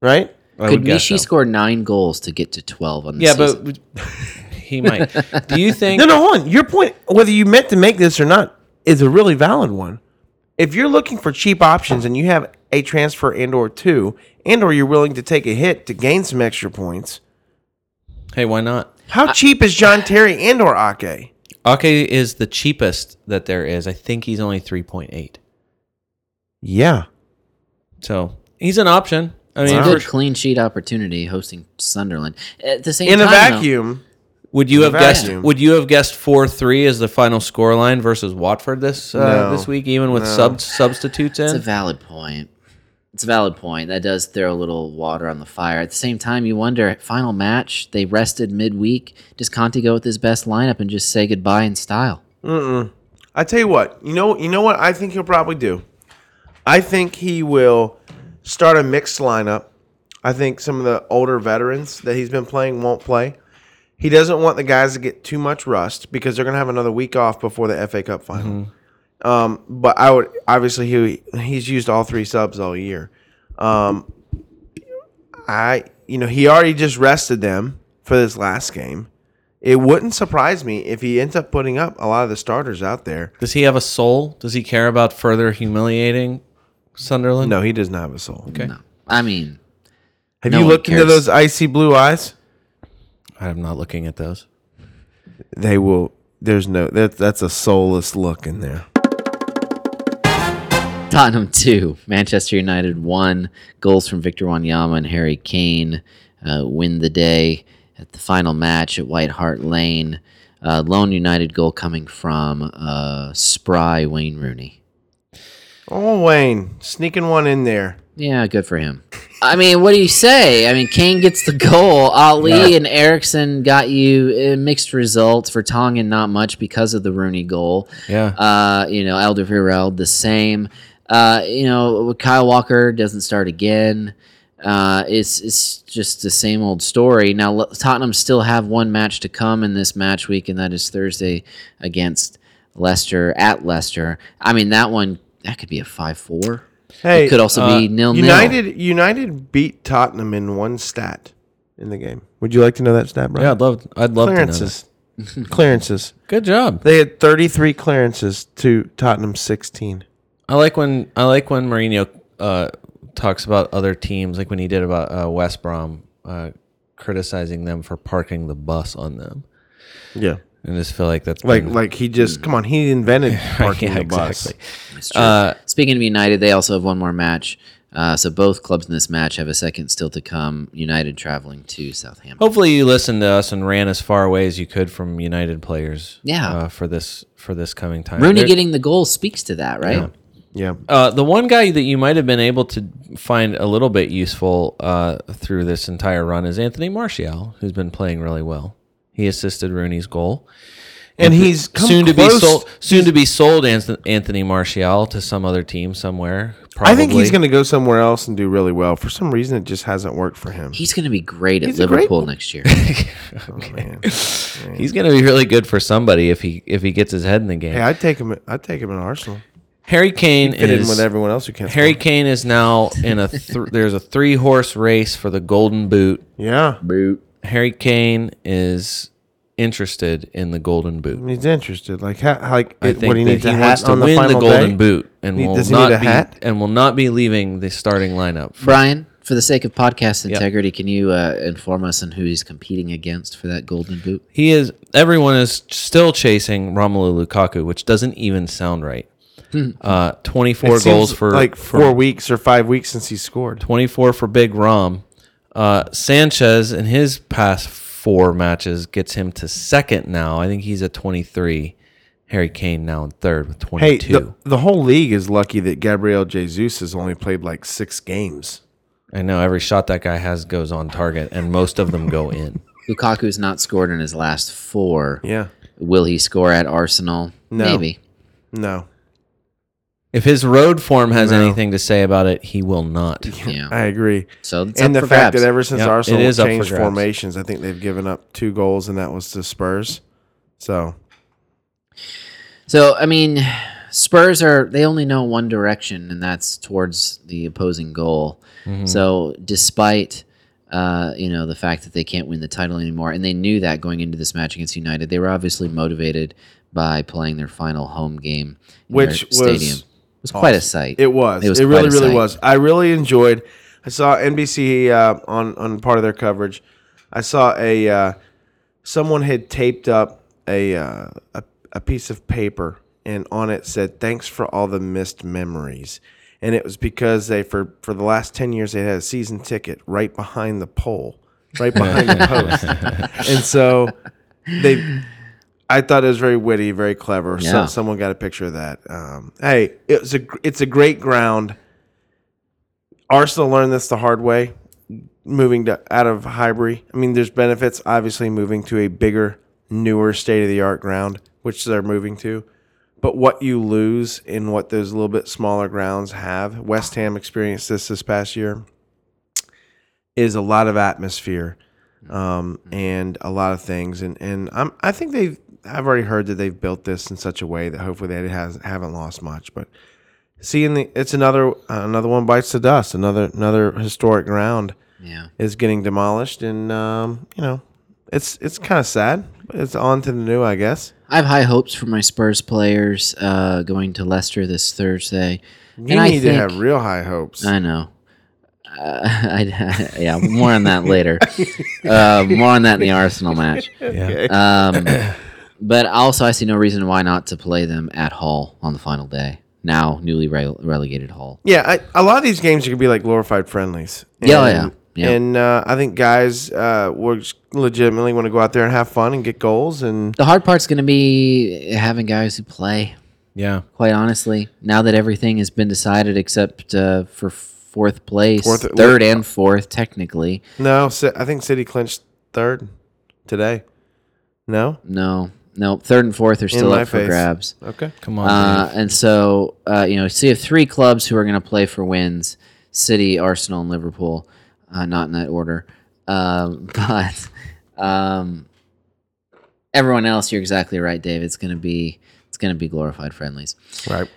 Speaker 3: right?
Speaker 4: I
Speaker 2: could
Speaker 4: would guess
Speaker 2: Mishi
Speaker 4: so.
Speaker 2: score nine goals to get to twelve on the
Speaker 4: Yeah,
Speaker 2: season.
Speaker 4: but *laughs* he might. Do
Speaker 2: *laughs*
Speaker 4: you think?
Speaker 3: No, no, hold on. Your point, whether you meant to make this or not, is a really valid one. If you're looking for cheap options and you have a transfer and or two, and or you're willing to take a hit to gain some extra points,
Speaker 4: Hey, why not?
Speaker 3: how cheap is John Terry and or Ake?
Speaker 4: Ake is the cheapest that there is. I think he's only three point eight.
Speaker 3: Yeah.
Speaker 4: So he's an option. I mean,
Speaker 2: it's a
Speaker 4: for-
Speaker 2: good clean sheet opportunity hosting Sunderland at the same
Speaker 3: In a
Speaker 2: time. though-
Speaker 3: vacuum,
Speaker 4: Would you have guessed?
Speaker 3: Vacuum.
Speaker 4: Would you have guessed four three as the final score line versus Watford this uh,
Speaker 3: No.
Speaker 4: this week, even with
Speaker 3: No.
Speaker 4: sub substitutes
Speaker 2: It's a
Speaker 4: in?
Speaker 2: valid point. It's a valid point. That does throw a little water on the fire. At the same time, you wonder final match, they rested midweek. Does Conte go with his best lineup and just say goodbye in style?
Speaker 3: I tell you what, you know, you know what I think he'll probably do. I think he will start a mixed lineup. I think some of the older veterans that he's been playing won't play. He doesn't want the guys to get too much rust because they're going to have another week off before the FA Cup final. Um, but I would obviously he he's used all three subs all year. Um, I you know he already just rested them for this last game. It wouldn't surprise me if he ends up putting up a lot of the starters out there.
Speaker 4: Does he have a soul? Does he care about further humiliating Sunderland?
Speaker 3: No, he does not have a soul. Okay.
Speaker 2: No. I mean,
Speaker 3: Have
Speaker 2: No
Speaker 3: you
Speaker 2: one
Speaker 3: looked into
Speaker 2: cares.
Speaker 3: those icy blue eyes?
Speaker 4: I'm not looking at those.
Speaker 3: They will. There's no. That that's a soulless look in there.
Speaker 2: Tottenham 2, Manchester United 1. Goals from Victor Wanyama and Harry Kane uh, win the day at the final match at White Hart Lane. Uh, lone United goal coming from uh, spry Wayne Rooney.
Speaker 3: Oh, Wayne sneaking one in there.
Speaker 2: Yeah, good for him. I mean, what do you say? I mean, Kane gets the goal. Ali and Erickson got you uh, mixed results for Tongan, not much because of the Rooney goal.
Speaker 4: Yeah.
Speaker 2: Uh, you know, Alderweireld the same. Uh, you know, Kyle Walker doesn't start again. Uh, it's it's just the same old story. Now L- Tottenham still have one match to come in this match week, and that is Thursday against Leicester at Leicester. I mean, that one that could be a five four.
Speaker 3: Hey, uh,
Speaker 2: it could also be nil nil.
Speaker 3: United United beat Tottenham in one stat in the game. Would you like to know that stat, bro?
Speaker 4: Yeah, I'd love. I'd love to know.
Speaker 3: clearances. clearances.
Speaker 4: that. Good job.
Speaker 3: They had 33 clearances to Tottenham's 16.
Speaker 4: I like when I like when Mourinho uh, talks about other teams, like when he did about uh, West Brom, uh, criticizing them for parking the bus on them.
Speaker 3: Yeah.
Speaker 4: I just feel like that's
Speaker 3: Like
Speaker 4: been-
Speaker 3: like he just come on, he invented parking
Speaker 4: Yeah,
Speaker 3: the bus.
Speaker 4: exactly.
Speaker 2: It's true. Speaking of United, they also have one more match. Uh, so both clubs in this match have a second still to come. United traveling to Southampton.
Speaker 4: Hopefully, you listened to us and ran as far away as you could from United players.
Speaker 2: Yeah.
Speaker 4: uh, for this for this coming time.
Speaker 2: Rooney
Speaker 4: There-
Speaker 2: getting the goal speaks to that, right?
Speaker 3: Yeah.
Speaker 4: uh, the one guy that you might have been able to find a little bit useful uh, through this entire run is Anthony Martial, who's been playing really well. He assisted Rooney's goal.
Speaker 3: And he's come
Speaker 4: soon to be
Speaker 3: close-
Speaker 4: sold. Soon to be sold, Anth- Anthony Martial to some other team somewhere. Probably.
Speaker 3: I think he's going to go somewhere else and do really well. For some reason, it just hasn't worked for
Speaker 4: *laughs*
Speaker 3: him.
Speaker 2: He's going to be great at
Speaker 3: He's a great-
Speaker 2: Liverpool
Speaker 3: *laughs*
Speaker 2: next year.
Speaker 3: Man.
Speaker 4: He's going to be really good for somebody if he if he gets his head in the game.
Speaker 3: hey, I'd take him. I'd take him in Arsenal.
Speaker 4: Harry Kane
Speaker 3: Fit in
Speaker 4: is
Speaker 3: with everyone else who can't.
Speaker 4: Harry
Speaker 3: score.
Speaker 4: Kane is now in a th- *laughs* there's a three horse race for the Golden Boot.
Speaker 3: Yeah,
Speaker 2: Boot.
Speaker 4: Harry Kane is interested in the Golden Boot.
Speaker 3: he's interested. Like, ha, like
Speaker 4: I
Speaker 3: it,
Speaker 4: think
Speaker 3: what he
Speaker 4: that
Speaker 3: needs
Speaker 4: he
Speaker 3: a
Speaker 4: wants
Speaker 3: hat
Speaker 4: to
Speaker 3: on the
Speaker 4: win the,
Speaker 3: final
Speaker 4: Golden
Speaker 3: day.
Speaker 4: Boot and
Speaker 3: He-
Speaker 4: will
Speaker 3: does he need
Speaker 4: not
Speaker 3: a
Speaker 4: be
Speaker 3: hat?
Speaker 4: and will not be leaving the starting lineup.
Speaker 2: Brian, for the sake of podcast
Speaker 4: Yep.
Speaker 2: integrity, can you uh, inform us on who he's competing against for that Golden Boot?
Speaker 4: He is. Everyone is still chasing Romelu Lukaku, which doesn't even sound right. uh, twenty-four
Speaker 3: It seems
Speaker 4: goals for
Speaker 3: like
Speaker 4: for-
Speaker 3: four weeks or five weeks since he scored.
Speaker 4: 24 for Big Rom. Uh, Sanchez in his past four matches gets him to second now. I think he's at 23. Harry Kane now in third with
Speaker 3: Hey,
Speaker 4: 22.
Speaker 3: the, the whole league is lucky that Gabriel Jesus has only played like six games.
Speaker 4: I know every shot that guy has goes on target, and most of them go in.
Speaker 2: Lukaku's not scored in his last four.
Speaker 3: Yeah.
Speaker 2: Will he score at Arsenal?
Speaker 3: No. *laughs*
Speaker 2: Maybe.
Speaker 3: No.
Speaker 4: If his road form has
Speaker 3: No.
Speaker 4: anything to say about it, he will not.
Speaker 2: Yeah.
Speaker 3: I agree.
Speaker 2: So it's
Speaker 3: and the
Speaker 2: up for
Speaker 3: fact
Speaker 2: grabs.
Speaker 3: that ever since
Speaker 4: Yep, it
Speaker 3: Arsenal
Speaker 4: is up for
Speaker 3: changed
Speaker 4: grabs.
Speaker 3: formations, I think they've given up two goals, and that was to Spurs. So
Speaker 2: So I mean, Spurs are they only know one direction, and that's towards the opposing goal.
Speaker 3: Mm-hmm.
Speaker 2: So despite uh, you know the fact that they can't win the title anymore, and they knew that going into this match against United, they were obviously motivated by playing their final home game, in their
Speaker 3: Which was
Speaker 2: stadium. It was quite a sight.
Speaker 3: It was.
Speaker 2: It
Speaker 3: It,
Speaker 2: was quite
Speaker 3: really,
Speaker 2: a
Speaker 3: really
Speaker 2: sight.
Speaker 3: was. I really enjoyed. I saw NBC uh, on on part of their coverage. I saw a uh, someone had taped up a, uh, a a piece of paper, and on it said, "Thanks for all the missed memories." And it was because they for for the last ten years they had a season ticket right behind the pole, right behind
Speaker 2: *laughs*
Speaker 3: the post, and so they I thought it was very witty, very clever.
Speaker 2: Yeah.
Speaker 3: So, someone got a picture of that. Um, hey, it was a gr- it's a great ground. Arsenal learned this the hard way, moving to out of Highbury. I mean, there's benefits obviously moving to a bigger, newer, state of the art ground, which they're moving to. But what you lose in what those little bit smaller grounds have, West Ham experienced this this past year, is a lot of atmosphere um, and a lot of things. And and I'm I think they have I've already heard that they've built this in such a way that hopefully they has haven't lost much. But seeing the it's another another one bites the dust. Another another historic ground
Speaker 2: yeah.
Speaker 3: is getting demolished, and um, you know it's it's kind of sad. But it's on to the new, I guess.
Speaker 2: I have high hopes for my Spurs players uh, going to Leicester this Thursday.
Speaker 3: You
Speaker 2: And I
Speaker 3: need to
Speaker 2: think-
Speaker 3: have real high hopes.
Speaker 2: I know. Uh, *laughs* I, yeah, more on that later. uh, more on that in the Arsenal match.
Speaker 4: Yeah.
Speaker 2: Um, but also, I see no reason why not to play them at Hull on the final day. Now, newly rele- relegated Hull.
Speaker 3: Yeah, I, a lot of these games are gonna be like glorified friendlies. And,
Speaker 2: Yeah, yeah, yeah.
Speaker 3: And uh, I think guys uh, were legitimately want to go out there and have fun and get goals and
Speaker 2: The hard part's going to be having guys who play.
Speaker 4: Yeah.
Speaker 2: Quite honestly, now that everything has been decided except uh, for fourth place,
Speaker 3: Fourth-
Speaker 2: third and fourth, technically.
Speaker 3: No, Ci- I think City clinched third today. No,
Speaker 2: No, no, third and fourth are still
Speaker 3: my
Speaker 2: up for
Speaker 3: face.
Speaker 2: grabs.
Speaker 3: okay.
Speaker 4: Come on.
Speaker 2: Uh, and so, uh, you know, so you have three clubs who are going to play for wins: City, Arsenal, and Liverpool. Uh, not in that order, um, *laughs* but um, everyone else, you're exactly right, Dave. It's going to be it's going to be glorified friendlies.
Speaker 3: Right.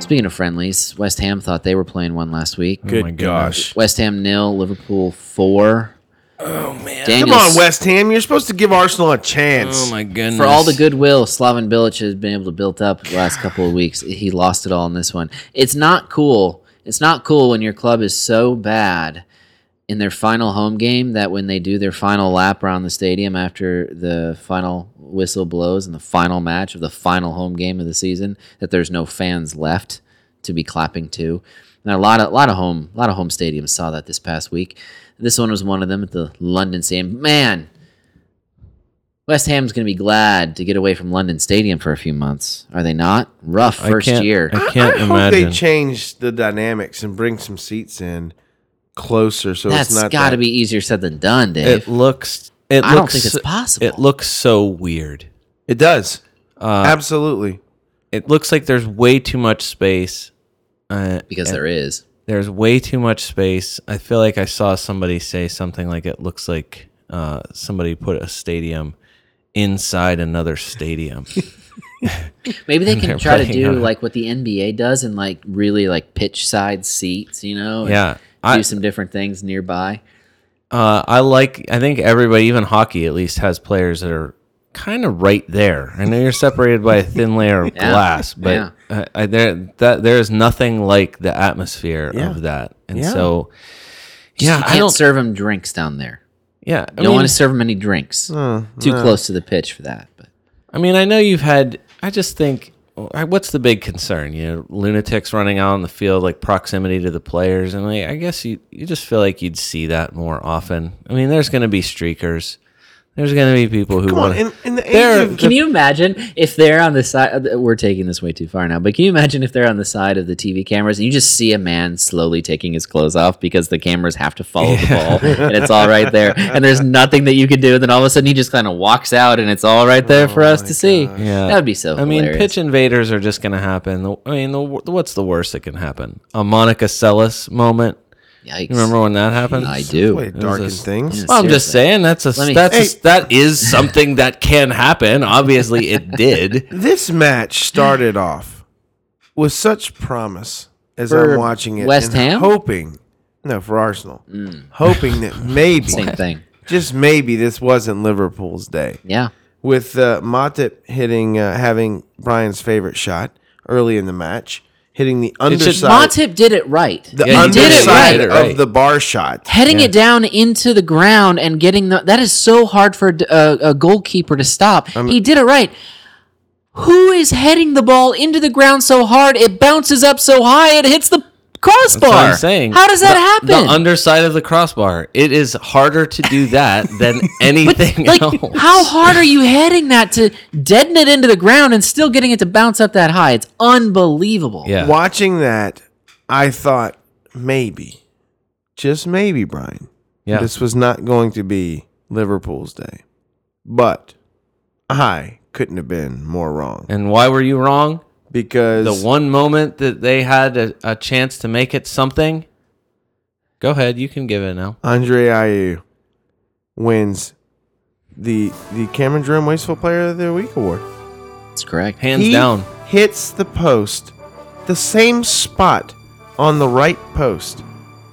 Speaker 2: Speaking of friendlies, West Ham thought they were playing one last week.
Speaker 4: Good gosh.
Speaker 2: West Ham nil, Liverpool four. Oh man!
Speaker 3: Come on, West Ham. You're supposed to give Arsenal a chance.
Speaker 4: Oh my goodness.
Speaker 2: For all the goodwill Slaven Bilic has been able to build up the last couple of weeks, he lost it all in this one. It's not cool. It's not cool when your club is so bad in their final home game that when they do their final lap around the stadium after the final whistle blows and the final match of the final home game of the season, that there's no fans left to be clapping to. And a lot of lot of home lot of home stadiums saw that this past week. This one was one of them at the London Stadium. Man, West Ham's going to be glad to get away from London Stadium for a few months, are they not? Rough
Speaker 4: I
Speaker 2: first
Speaker 4: can't-
Speaker 2: year.
Speaker 4: I can't
Speaker 3: I hope
Speaker 4: imagine.
Speaker 3: they change the dynamics and bring some seats in closer, so
Speaker 2: That's
Speaker 3: it's not
Speaker 2: got to
Speaker 3: that-
Speaker 2: be easier said than done, Dave.
Speaker 4: it looks. It
Speaker 2: I don't
Speaker 4: looks,
Speaker 2: think it's
Speaker 4: so-
Speaker 2: possible.
Speaker 4: It looks so weird.
Speaker 3: It does
Speaker 4: Uh,
Speaker 3: absolutely.
Speaker 4: it looks like there's way too much space. Uh,
Speaker 2: because there is.
Speaker 4: there's way too much space. I feel like I saw somebody say something like it looks like uh, somebody put a stadium inside another stadium.
Speaker 2: *laughs* Maybe
Speaker 4: *laughs*
Speaker 2: they can
Speaker 4: they're
Speaker 2: try to
Speaker 4: playing
Speaker 2: do
Speaker 4: on it.
Speaker 2: like what the NBA does and like really like pitch side seats, you know? and
Speaker 4: Yeah,
Speaker 2: Do
Speaker 4: I-
Speaker 2: some different things nearby.
Speaker 4: uh, I like. I think everybody, even hockey, at least has players that are kind of right there. I know you're separated by a thin layer of
Speaker 2: *laughs* Yeah.
Speaker 4: glass, but
Speaker 2: Yeah.
Speaker 4: uh, I, there that there is nothing like the atmosphere
Speaker 3: Yeah.
Speaker 4: of that. And
Speaker 3: Yeah.
Speaker 4: so,
Speaker 2: Just
Speaker 4: yeah,
Speaker 2: you
Speaker 4: I
Speaker 2: can't
Speaker 4: don't.
Speaker 2: serve them drinks down there.
Speaker 4: yeah, I
Speaker 2: You don't
Speaker 4: mean-
Speaker 2: want to serve them any drinks. Too close to the pitch for that. But
Speaker 4: I mean, I know you've had. I just think, uh, I- what's the big concern? You know, lunatics running out on the field, like proximity to the players, and like, I guess you you just feel like you'd see that more often. I mean, there's going to be streakers. There's going to be people who
Speaker 3: Come on,
Speaker 4: want.
Speaker 3: in, in the
Speaker 4: There-
Speaker 3: age of
Speaker 2: can you imagine if they're on the side? We're taking this way too far now, but can you imagine if they're on the side of the TV cameras and you just see a man slowly taking his clothes off because the cameras have to follow the ball and it's all right there, and
Speaker 4: *laughs*
Speaker 2: there's nothing that you could do. And then all of a sudden he just kind of walks out and it's all right there for us to see.
Speaker 4: Yeah.
Speaker 2: that would be so.
Speaker 4: Uh, I mean,
Speaker 2: hilarious.
Speaker 4: pitch invaders are just going to happen. The- I mean, the, wor- what's the worst that can happen? A Monica Seles moment.
Speaker 2: Yikes.
Speaker 4: You remember when that happened?
Speaker 2: I do.
Speaker 3: way to darken
Speaker 4: This is-
Speaker 3: things.
Speaker 4: Well, I'm
Speaker 2: Seriously.
Speaker 4: just saying that's a
Speaker 2: Let me-
Speaker 4: that's a- that is something that can happen. Obviously, it
Speaker 2: *laughs*
Speaker 4: did.
Speaker 3: This match started off with such promise as
Speaker 2: For
Speaker 3: I'm watching it.
Speaker 2: West
Speaker 3: and
Speaker 2: Ham?
Speaker 3: hoping, no, for Arsenal, hoping that maybe,
Speaker 2: Same thing.
Speaker 3: just maybe, this wasn't Liverpool's day.
Speaker 2: Yeah.
Speaker 3: With uh, Matip hitting, uh, having Brian's favorite shot early in the match, hitting the underside,
Speaker 2: Montip did it right.
Speaker 3: the
Speaker 4: Yeah, he did it
Speaker 3: underside
Speaker 4: right. Did it right.
Speaker 3: of the bar shot.
Speaker 2: Heading it down into the ground and getting the, that is so hard for a d- uh, a, a goalkeeper to stop.
Speaker 4: Um,
Speaker 2: he did it right. Who is heading the ball into the ground so hard it bounces up so high it hits the crossbar?
Speaker 4: That's what I'm saying.
Speaker 2: How does that
Speaker 4: The-
Speaker 2: happen?
Speaker 4: The underside of the crossbar. It is harder to do that than
Speaker 2: *laughs*
Speaker 4: *laughs*
Speaker 2: but,
Speaker 4: anything
Speaker 2: like,
Speaker 4: else.
Speaker 2: how hard are you heading that to deaden it into the ground and still getting it to bounce up that high? It's unbelievable.
Speaker 4: Yeah.
Speaker 3: Watching that, I thought maybe, just maybe, Brian,
Speaker 4: Yeah.
Speaker 3: This was not going to be Liverpool's day. But I couldn't have been more wrong
Speaker 4: and why were you wrong?
Speaker 3: because
Speaker 4: The one moment that they had a, a chance to make it something. Go ahead, you can give it now.
Speaker 3: Andre Ayew wins the the Cameron Jerome Wasteful Player of the Week award.
Speaker 2: That's correct.
Speaker 4: Hands
Speaker 3: He
Speaker 4: down.
Speaker 3: hits the post, the same spot on the right post,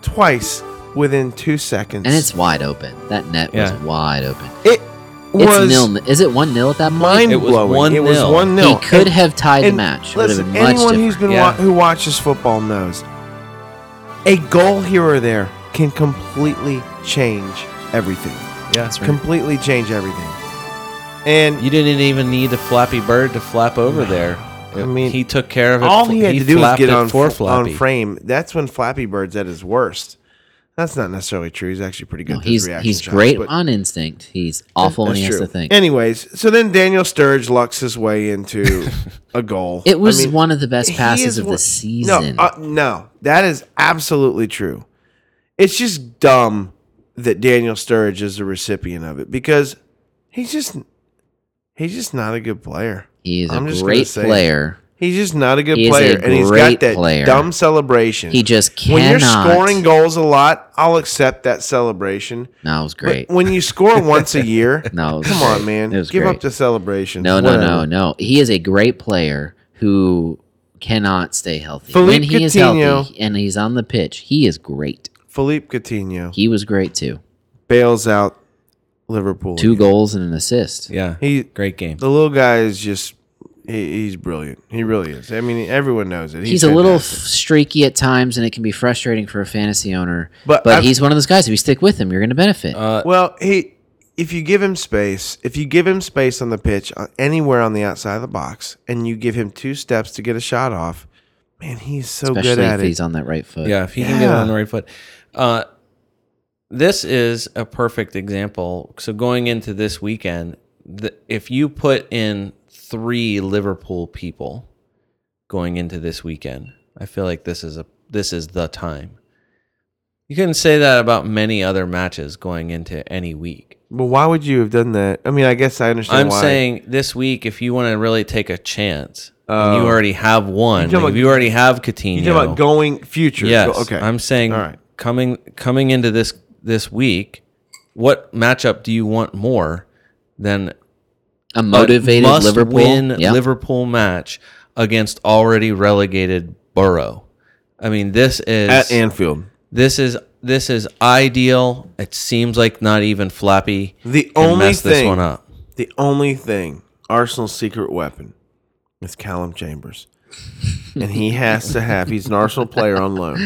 Speaker 3: twice within two seconds.
Speaker 2: And it's wide open. That net was
Speaker 4: Yeah.
Speaker 2: wide open.
Speaker 3: it was
Speaker 2: It's nil. Is it one nil at that point?
Speaker 3: mind
Speaker 4: It was
Speaker 3: blowing. It was
Speaker 4: 1-0.
Speaker 3: one nil.
Speaker 2: He could have tied the match. It would have
Speaker 3: listen,
Speaker 2: been much
Speaker 3: anyone who's been
Speaker 2: different.
Speaker 4: Yeah.
Speaker 3: wa- who watches football knows a goal here or there can completely change everything.
Speaker 4: Yeah.
Speaker 2: That's right.
Speaker 3: Completely change everything. And
Speaker 4: You didn't even need a flappy bird to flap over there.
Speaker 3: I mean,
Speaker 4: he took care of it.
Speaker 3: all he had to do was
Speaker 4: flapped
Speaker 3: get
Speaker 4: it
Speaker 3: on
Speaker 4: for
Speaker 3: f- on
Speaker 4: Flappy.
Speaker 3: frame. That's when Flappy Bird's at his worst. That's not necessarily true. He's actually pretty good.
Speaker 2: No,
Speaker 3: at his
Speaker 2: he's
Speaker 3: reaction
Speaker 2: he's
Speaker 3: shots,
Speaker 2: great
Speaker 3: but-
Speaker 2: on instinct. He's awful when
Speaker 3: That's
Speaker 2: he has
Speaker 3: true.
Speaker 2: to think.
Speaker 3: Anyways, so then Daniel Sturge lucks his way
Speaker 2: *laughs*
Speaker 3: into a goal.
Speaker 2: It was
Speaker 3: I mean,
Speaker 2: one of the best
Speaker 3: he
Speaker 2: passes
Speaker 3: is
Speaker 2: of
Speaker 3: one-
Speaker 2: the season.
Speaker 3: No, uh, no, that is absolutely true. It's just dumb that Daniel Sturge is the recipient of it because he's just he's just not a good player.
Speaker 2: He's a
Speaker 3: I'm just gonna
Speaker 2: great
Speaker 3: say-
Speaker 2: player.
Speaker 3: He's just not a good
Speaker 2: He is a
Speaker 3: player, and he's got
Speaker 2: great
Speaker 3: that
Speaker 2: player.
Speaker 3: dumb celebration.
Speaker 2: He just cannot.
Speaker 3: when you're scoring goals a lot, I'll accept that celebration.
Speaker 2: no, it was
Speaker 3: But
Speaker 2: great.
Speaker 3: when you score
Speaker 2: *laughs*
Speaker 3: once a year,
Speaker 2: No, it was
Speaker 3: come on,
Speaker 2: great.
Speaker 3: man,
Speaker 2: It was
Speaker 3: give
Speaker 2: great.
Speaker 3: up the celebration.
Speaker 2: No, no, no, no. He is a great player who cannot stay healthy. when
Speaker 3: Philippe
Speaker 2: he is
Speaker 3: Coutinho-
Speaker 2: healthy and he's on the pitch, he is great.
Speaker 3: Philippe Coutinho
Speaker 2: He was great too.
Speaker 3: bails out Liverpool.
Speaker 2: Two goals and an assist.
Speaker 4: Yeah.
Speaker 3: He
Speaker 4: Great game.
Speaker 3: the little guy is just he, he's brilliant. He really is. I mean, everyone knows it.
Speaker 2: he's, a little f-
Speaker 3: fantastic.
Speaker 2: streaky at times, and it can be frustrating for a fantasy owner. But,
Speaker 3: But I've-
Speaker 2: he's one of those guys. If you stick with him, you're going to benefit.
Speaker 4: Oh,
Speaker 3: well. He if you give him space, if you give him space on the pitch, uh, anywhere on the outside of the box, and you give him two steps to get a shot off, man, he's so
Speaker 2: especially
Speaker 3: good at
Speaker 2: if he's
Speaker 3: it.
Speaker 2: on that right foot.
Speaker 4: Yeah, if he can get it
Speaker 3: Yeah.
Speaker 4: on the right foot. Uh, this is a perfect example. So going into this weekend, the, if you put in three Liverpool people going into this weekend, I feel like this is a this is the time. You couldn't say that about many other matches going into any week.
Speaker 3: But why would you have done that? I mean, I guess I understand.
Speaker 4: I'm
Speaker 3: why.
Speaker 4: saying this week, if you want to really take a chance, and
Speaker 3: Oh.
Speaker 4: you already have one.
Speaker 3: You're talking
Speaker 4: like,
Speaker 3: about-
Speaker 4: if you already have Coutinho.
Speaker 3: you talking about going future.
Speaker 4: Yes.
Speaker 3: Go- okay.
Speaker 4: I'm saying
Speaker 3: All right.
Speaker 4: coming coming into this this week, what matchup do you want more than
Speaker 2: a
Speaker 4: a
Speaker 2: motivated
Speaker 4: must
Speaker 2: Liverpool.
Speaker 4: win
Speaker 2: Yeah.
Speaker 4: Liverpool match against already relegated Borough? I mean, this is
Speaker 3: at Anfield.
Speaker 4: this is this is ideal. It seems like not even Flappy
Speaker 3: The
Speaker 4: can
Speaker 3: only
Speaker 4: mess this
Speaker 3: thing-
Speaker 4: one up.
Speaker 3: The only thing, Arsenal's secret weapon, is Callum Chambers. and he has to have, he's an Arsenal player on loan.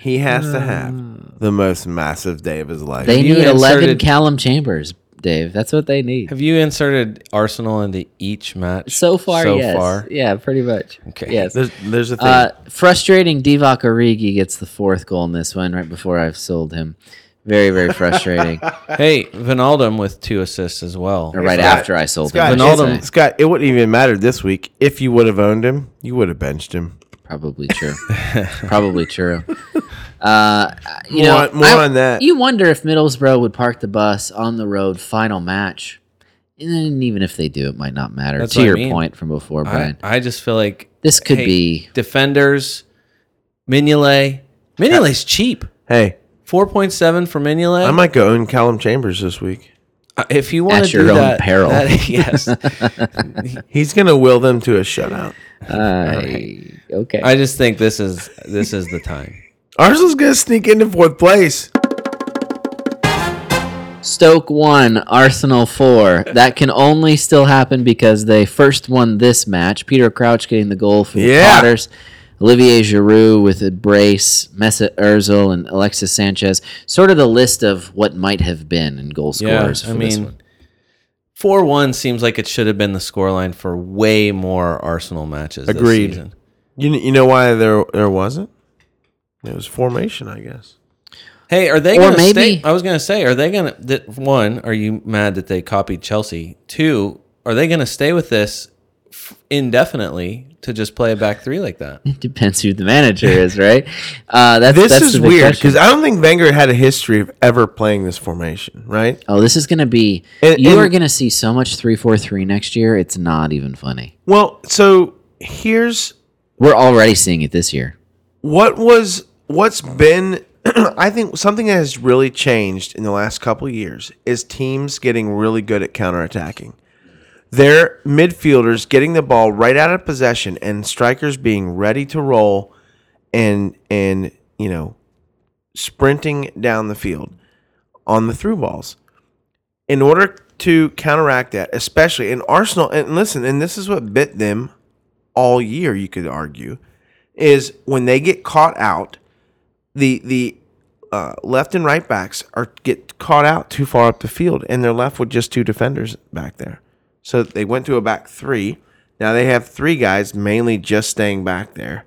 Speaker 3: He has to have the most massive day of his life.
Speaker 2: They
Speaker 4: you
Speaker 2: need 11
Speaker 4: inserted-
Speaker 2: Callum Chambers, Dave. That's what they need.
Speaker 4: Have you inserted Arsenal into each match
Speaker 2: So far,
Speaker 4: So
Speaker 2: yes.
Speaker 4: far,
Speaker 2: Yeah, pretty much.
Speaker 4: Okay.
Speaker 2: Yes.
Speaker 3: there's, there's a thing.
Speaker 2: Uh, frustrating. Divock Origi gets the fourth goal in this one right before I've sold him. Very, very
Speaker 4: *laughs*
Speaker 2: frustrating.
Speaker 4: hey, Vinaldum with two assists as well.
Speaker 2: Or right
Speaker 3: Scott-
Speaker 2: after I sold
Speaker 3: Scott,
Speaker 2: him. I should
Speaker 4: Wijnaldum-
Speaker 2: say.
Speaker 3: Scott, it wouldn't even matter this week. If you would have owned him, you would have benched him.
Speaker 2: Probably
Speaker 4: *laughs*
Speaker 2: true. Probably true. Uh, you know,
Speaker 3: More- more
Speaker 2: I-
Speaker 3: on that.
Speaker 2: You wonder if Middlesbrough would park the bus on the road final match. And even if they do, it might not matter.
Speaker 4: That's
Speaker 2: to
Speaker 4: what I
Speaker 2: your
Speaker 4: mean.
Speaker 2: point from before,
Speaker 4: I,
Speaker 2: Brian.
Speaker 4: I just feel like
Speaker 2: this could
Speaker 4: hey, *laughs*
Speaker 2: be
Speaker 4: defenders. Mignolet. Mignolet's cheap.
Speaker 3: Hey,
Speaker 4: 4.7 for Mignolet.
Speaker 3: I might go own Callum Chambers this week.
Speaker 4: Uh, if you want
Speaker 2: At
Speaker 4: to
Speaker 2: your
Speaker 4: do
Speaker 2: own
Speaker 4: that,
Speaker 2: peril. *laughs*
Speaker 4: that- *laughs* yes.
Speaker 3: He's gonna will them to a shutout.
Speaker 2: I- uh, okay.
Speaker 4: I just think this is this is the time.
Speaker 3: Arsenal's gonna sneak into fourth place.
Speaker 2: Stoke one, Arsenal four. That can only still happen because they first won this match. Peter Crouch getting the goal for the
Speaker 3: Yeah.
Speaker 2: Potters. Olivier Giroud with a brace, Mesut Ozil and Alexis Sanchez. Sort of the list of what might have been in goal scorers
Speaker 4: I
Speaker 2: for this one. *laughs*
Speaker 4: mean, four one seems like it should have been the scoreline for way more Arsenal matches. this
Speaker 3: Agreed.
Speaker 4: season.
Speaker 3: You kn- you know why there there wasn't? It was formation, I guess.
Speaker 4: Hey, are they?
Speaker 2: Or
Speaker 4: gonna
Speaker 2: maybe-
Speaker 4: stay- I was gonna say, are they gonna? That one, are you mad that they copied Chelsea? Two, are they gonna stay with this f- indefinitely to just play a back three like that?
Speaker 2: It depends who the
Speaker 3: *laughs*
Speaker 2: manager is, right? Uh, that's,
Speaker 3: This
Speaker 2: that's
Speaker 3: is
Speaker 2: the big
Speaker 3: weird
Speaker 2: question.
Speaker 3: because I don't think Wenger had a history of ever playing this formation, right?
Speaker 2: Oh, this is going to be.
Speaker 3: And-
Speaker 2: you
Speaker 3: and-
Speaker 2: are going to see so much three four three next year. It's not even funny.
Speaker 3: Well, so here's
Speaker 2: We're already seeing it this year.
Speaker 3: what was what's been *clears throat* I think something that has really changed in the last couple of years is teams getting really good at counterattacking. Their midfielders getting the ball right out of possession and strikers being ready to roll and and you know sprinting down the field on the through balls. In order to counteract that, especially in Arsenal and listen, and this is what bit them all year, you could argue is when they get caught out, the the uh, left and right backs are get caught out too far up the field, and they're left with just two defenders back there. So they went to a back three. Now they have three guys mainly just staying back there,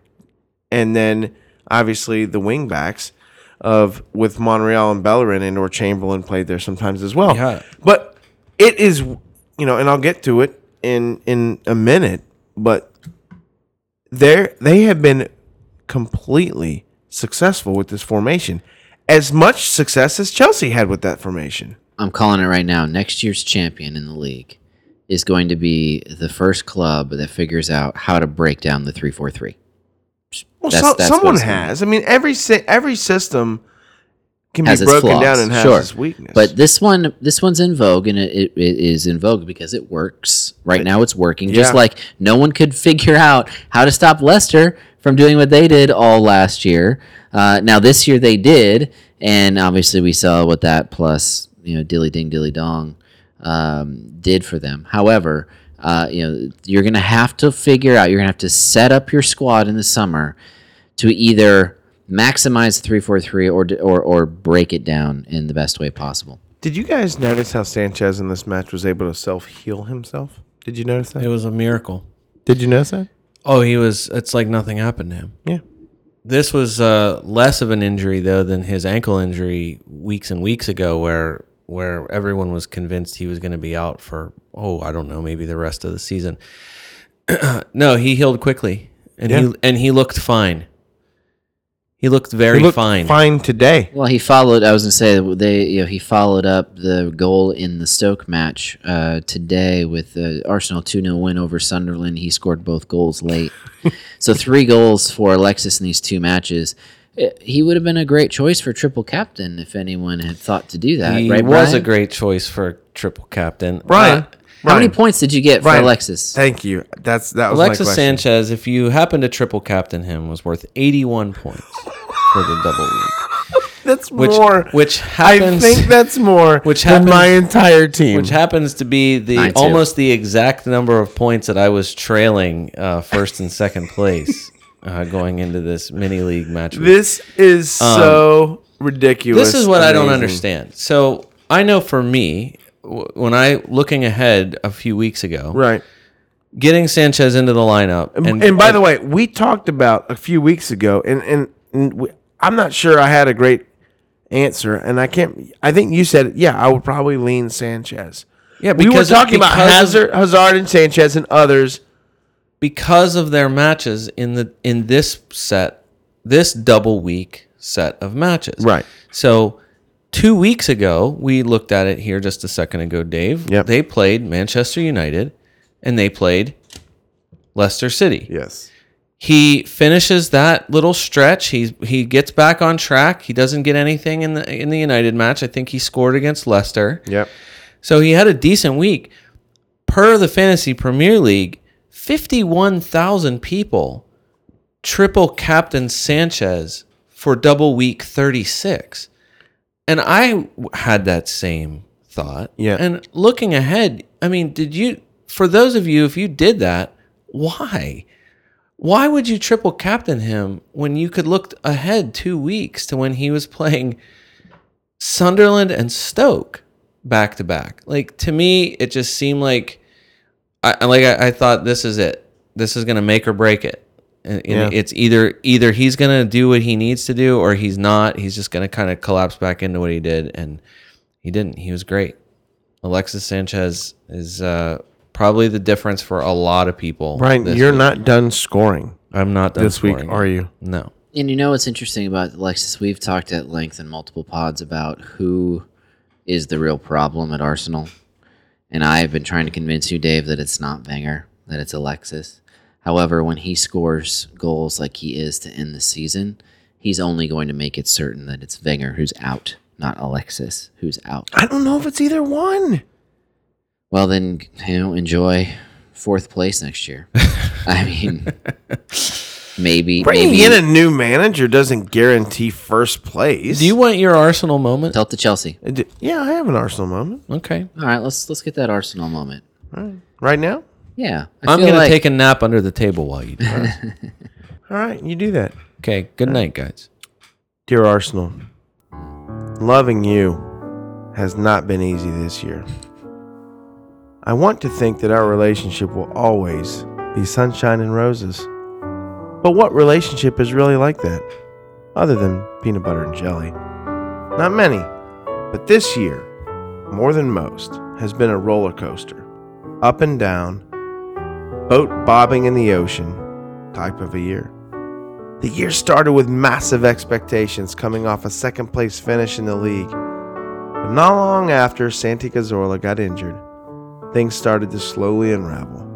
Speaker 3: and then obviously the wing backs of with Monreal and Bellerin and or Chamberlain played there sometimes as well.
Speaker 4: Yeah.
Speaker 3: But it is you know, and I'll get to it in in a minute, but they they have been completely successful with this formation. As much success as Chelsea had with that formation.
Speaker 2: I'm calling it right now. Next year's champion in the league is going to be the first club that figures out how to break down the three four three.
Speaker 3: Well,
Speaker 2: That's-
Speaker 3: so,
Speaker 2: that's what
Speaker 3: someone
Speaker 2: it's gonna be.
Speaker 3: has. I mean, every si- every system can
Speaker 2: Has
Speaker 3: be
Speaker 2: its
Speaker 3: broken
Speaker 2: flaws,
Speaker 3: down and has
Speaker 2: sure.
Speaker 3: its weakness.
Speaker 2: But this one, this one's in vogue, and it, it, it is in vogue because it works right now. It's working, just
Speaker 3: Yeah.
Speaker 2: like no one could figure out how to stop Leicester from doing what they did all last year. Uh, now this year they did, and obviously we saw what that plus you know dilly ding dilly dong um, did for them. However. Uh, you know, you're going to have to figure out. You're going to have to set up your squad in the summer to either maximize three four three or or or break it down in the best way possible.
Speaker 3: Did you guys notice how Sanchez in this match was able to self heal himself? Did you notice
Speaker 4: It
Speaker 3: that?
Speaker 4: was a miracle.
Speaker 3: Did you notice that?
Speaker 4: Oh, he was. It's like nothing happened to him.
Speaker 3: Yeah.
Speaker 4: This was uh, less of an injury though than his ankle injury weeks and weeks ago, where where everyone was convinced he was going to be out for oh I don't know maybe the rest of the season. *clears throat* no, he healed quickly, and
Speaker 3: Yeah.
Speaker 4: he and he looked fine. He looked very
Speaker 3: He looked
Speaker 4: fine.
Speaker 3: Fine today.
Speaker 2: Well, he followed. I was gonna say they you know he followed up the goal in the Stoke match uh, today with the Arsenal two 0 win over Sunderland. He scored both goals late, so three goals for Alexis in these two matches. Eh, He would have been a great choice for triple captain if anyone had thought to do that.
Speaker 4: He
Speaker 2: right,
Speaker 4: was
Speaker 2: Brian?
Speaker 4: a great choice for triple captain.
Speaker 3: Brian.
Speaker 4: Uh,
Speaker 2: How many
Speaker 3: Brian,
Speaker 2: points did you get for
Speaker 3: Brian,
Speaker 2: Alexis?
Speaker 3: Thank you. That's that was my
Speaker 4: Alexis
Speaker 3: question.
Speaker 4: Sanchez, if you happen to triple captain him, was worth 81 points for the double league.
Speaker 3: That's
Speaker 4: which
Speaker 3: more.
Speaker 4: which
Speaker 3: I
Speaker 4: happens
Speaker 3: think that's more
Speaker 4: Which
Speaker 3: than my
Speaker 4: happens-
Speaker 3: entire team.
Speaker 4: which happens to be the
Speaker 2: Nine two.
Speaker 4: almost the exact number of points that I was trailing uh, first and
Speaker 3: *laughs*
Speaker 4: second place uh, going into this mini league match. week.
Speaker 3: this is so ridiculous.
Speaker 4: Um, This is what I don't
Speaker 3: amazing.
Speaker 4: understand. So I know for me, w- when I looking ahead a few weeks ago,
Speaker 3: Right.
Speaker 4: getting Sanchez into the lineup,
Speaker 3: And, by the way, we talked about a few weeks ago, and and, and we, I'm not sure I had a great answer, and I can't. I think you said, yeah, I would probably lean Sanchez.
Speaker 4: yeah,
Speaker 3: we were
Speaker 4: because-
Speaker 3: talking about
Speaker 4: because of-
Speaker 3: Hazard, Hazard, and Sanchez, and others.
Speaker 4: because of their matches in the in this set, this double week set of matches.
Speaker 3: Right.
Speaker 4: So two weeks ago, we looked at it here just a second ago, Dave.
Speaker 3: Yep.
Speaker 4: They played Manchester United and they played Leicester City.
Speaker 3: Yes.
Speaker 4: He finishes that little stretch. He he gets back on track. He doesn't get anything in the in the United match. I think he scored against Leicester.
Speaker 3: Yep.
Speaker 4: So he had a decent week. Per the Fantasy Premier League, 51,000 people triple captain Sanchez for double week 36. And I w- had that same thought.
Speaker 3: Yeah.
Speaker 4: And looking ahead, I mean, did you, for those of you, if you did that, why? Why would you triple captain him when you could look ahead two weeks to when he was playing Sunderland and Stoke back to back. Like to me, it just seemed like I I- like I, I thought this is it. This is gonna make or break it. And, and
Speaker 3: Yeah.
Speaker 4: it's either either he's gonna do what he needs to do or he's not. He's just gonna kind of collapse back into what he did, and he didn't. He was great. Alexis Sanchez is uh, probably the difference for a lot of people.
Speaker 3: Brian,
Speaker 4: this
Speaker 3: you're
Speaker 4: week.
Speaker 3: not done scoring
Speaker 4: I'm not done
Speaker 3: this week,
Speaker 4: scoring.
Speaker 3: are you?
Speaker 4: No.
Speaker 2: And you know what's interesting about Alexis? We've talked at length in multiple pods about who is the real problem at Arsenal. And I've been trying to convince you, Dave, that it's not Wenger, that it's Alexis. However, when he scores goals like he is to end the season, he's only going to make it certain that it's Wenger who's out, not Alexis who's out.
Speaker 3: I don't know if it's either one.
Speaker 2: Well, then, you know, enjoy fourth place
Speaker 3: *laughs*
Speaker 2: next year. I mean, maybe,
Speaker 3: Bringing
Speaker 2: maybe
Speaker 3: in a new manager doesn't guarantee first place.
Speaker 4: Do you want your Arsenal moment?
Speaker 2: dealt to Chelsea.
Speaker 3: I do- Yeah, I have an Arsenal moment
Speaker 4: Okay.
Speaker 2: All right, let's let's get that Arsenal moment.
Speaker 3: right now.
Speaker 2: Yeah, I
Speaker 4: I'm
Speaker 2: feel
Speaker 4: gonna
Speaker 2: like-
Speaker 4: take a nap under the table while *laughs* you do. that.
Speaker 3: All right, you do that.
Speaker 4: okay. Good night, guys.
Speaker 3: Dear Arsenal, loving you has not been easy this year. I want to think that our relationship will always be sunshine and roses. But what relationship is really like that, other than peanut butter and jelly? Not many, but this year, more than most, has been a roller coaster. Up and down, boat bobbing in the ocean type of a year. The year started with massive expectations coming off a second place finish in the league. But not long after Santi Cazorla got injured, things started to slowly unravel.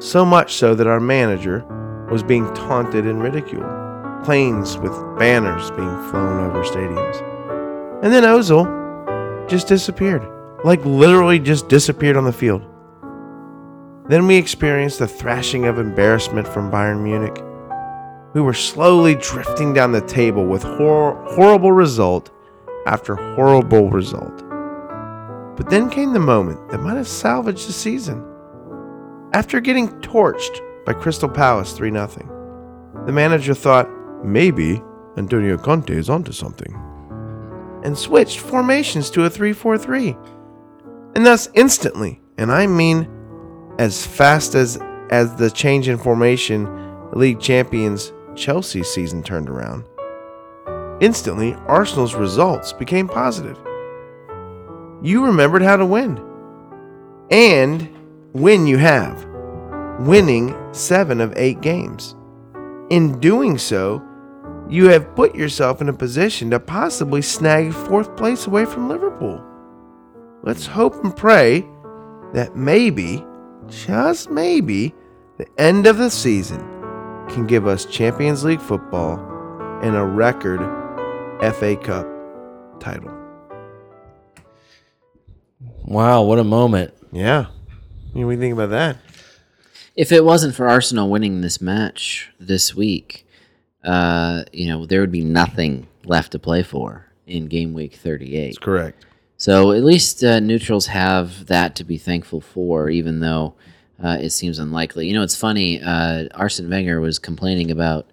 Speaker 3: So much so that our manager was being taunted and ridiculed, planes with banners being flown over stadiums. And then Ozil just disappeared, like literally just disappeared on the field. Then we experienced a thrashing of embarrassment from Bayern Munich. We were slowly drifting down the table with hor- horrible result after horrible result. But then came the moment that might have salvaged the season. After getting torched by Crystal Palace 3 0, the manager thought, maybe Antonio Conte is onto something, and switched formations to a 3 4 3. And thus, instantly, and I mean as fast as as the change in formation league champions Chelsea season turned around. Instantly, Arsenal's results became positive. You remembered how to win. And win you have, winning 7 of 8 games. In doing so, you have put yourself in a position to possibly snag 4th place away from Liverpool. Let's hope and pray that maybe, just maybe, the end of the season can give us Champions League football and a record FA Cup title.
Speaker 4: Wow, what a moment.
Speaker 3: Yeah. I mean, we think about that.
Speaker 2: if it wasn't for Arsenal winning this match this week, uh, you know, there would be nothing left to play for in game week 38.
Speaker 3: Correct.
Speaker 2: So at least uh, neutrals have that to be thankful for, even though uh, it seems unlikely. You know, it's funny. Uh, Arsene Wenger was complaining about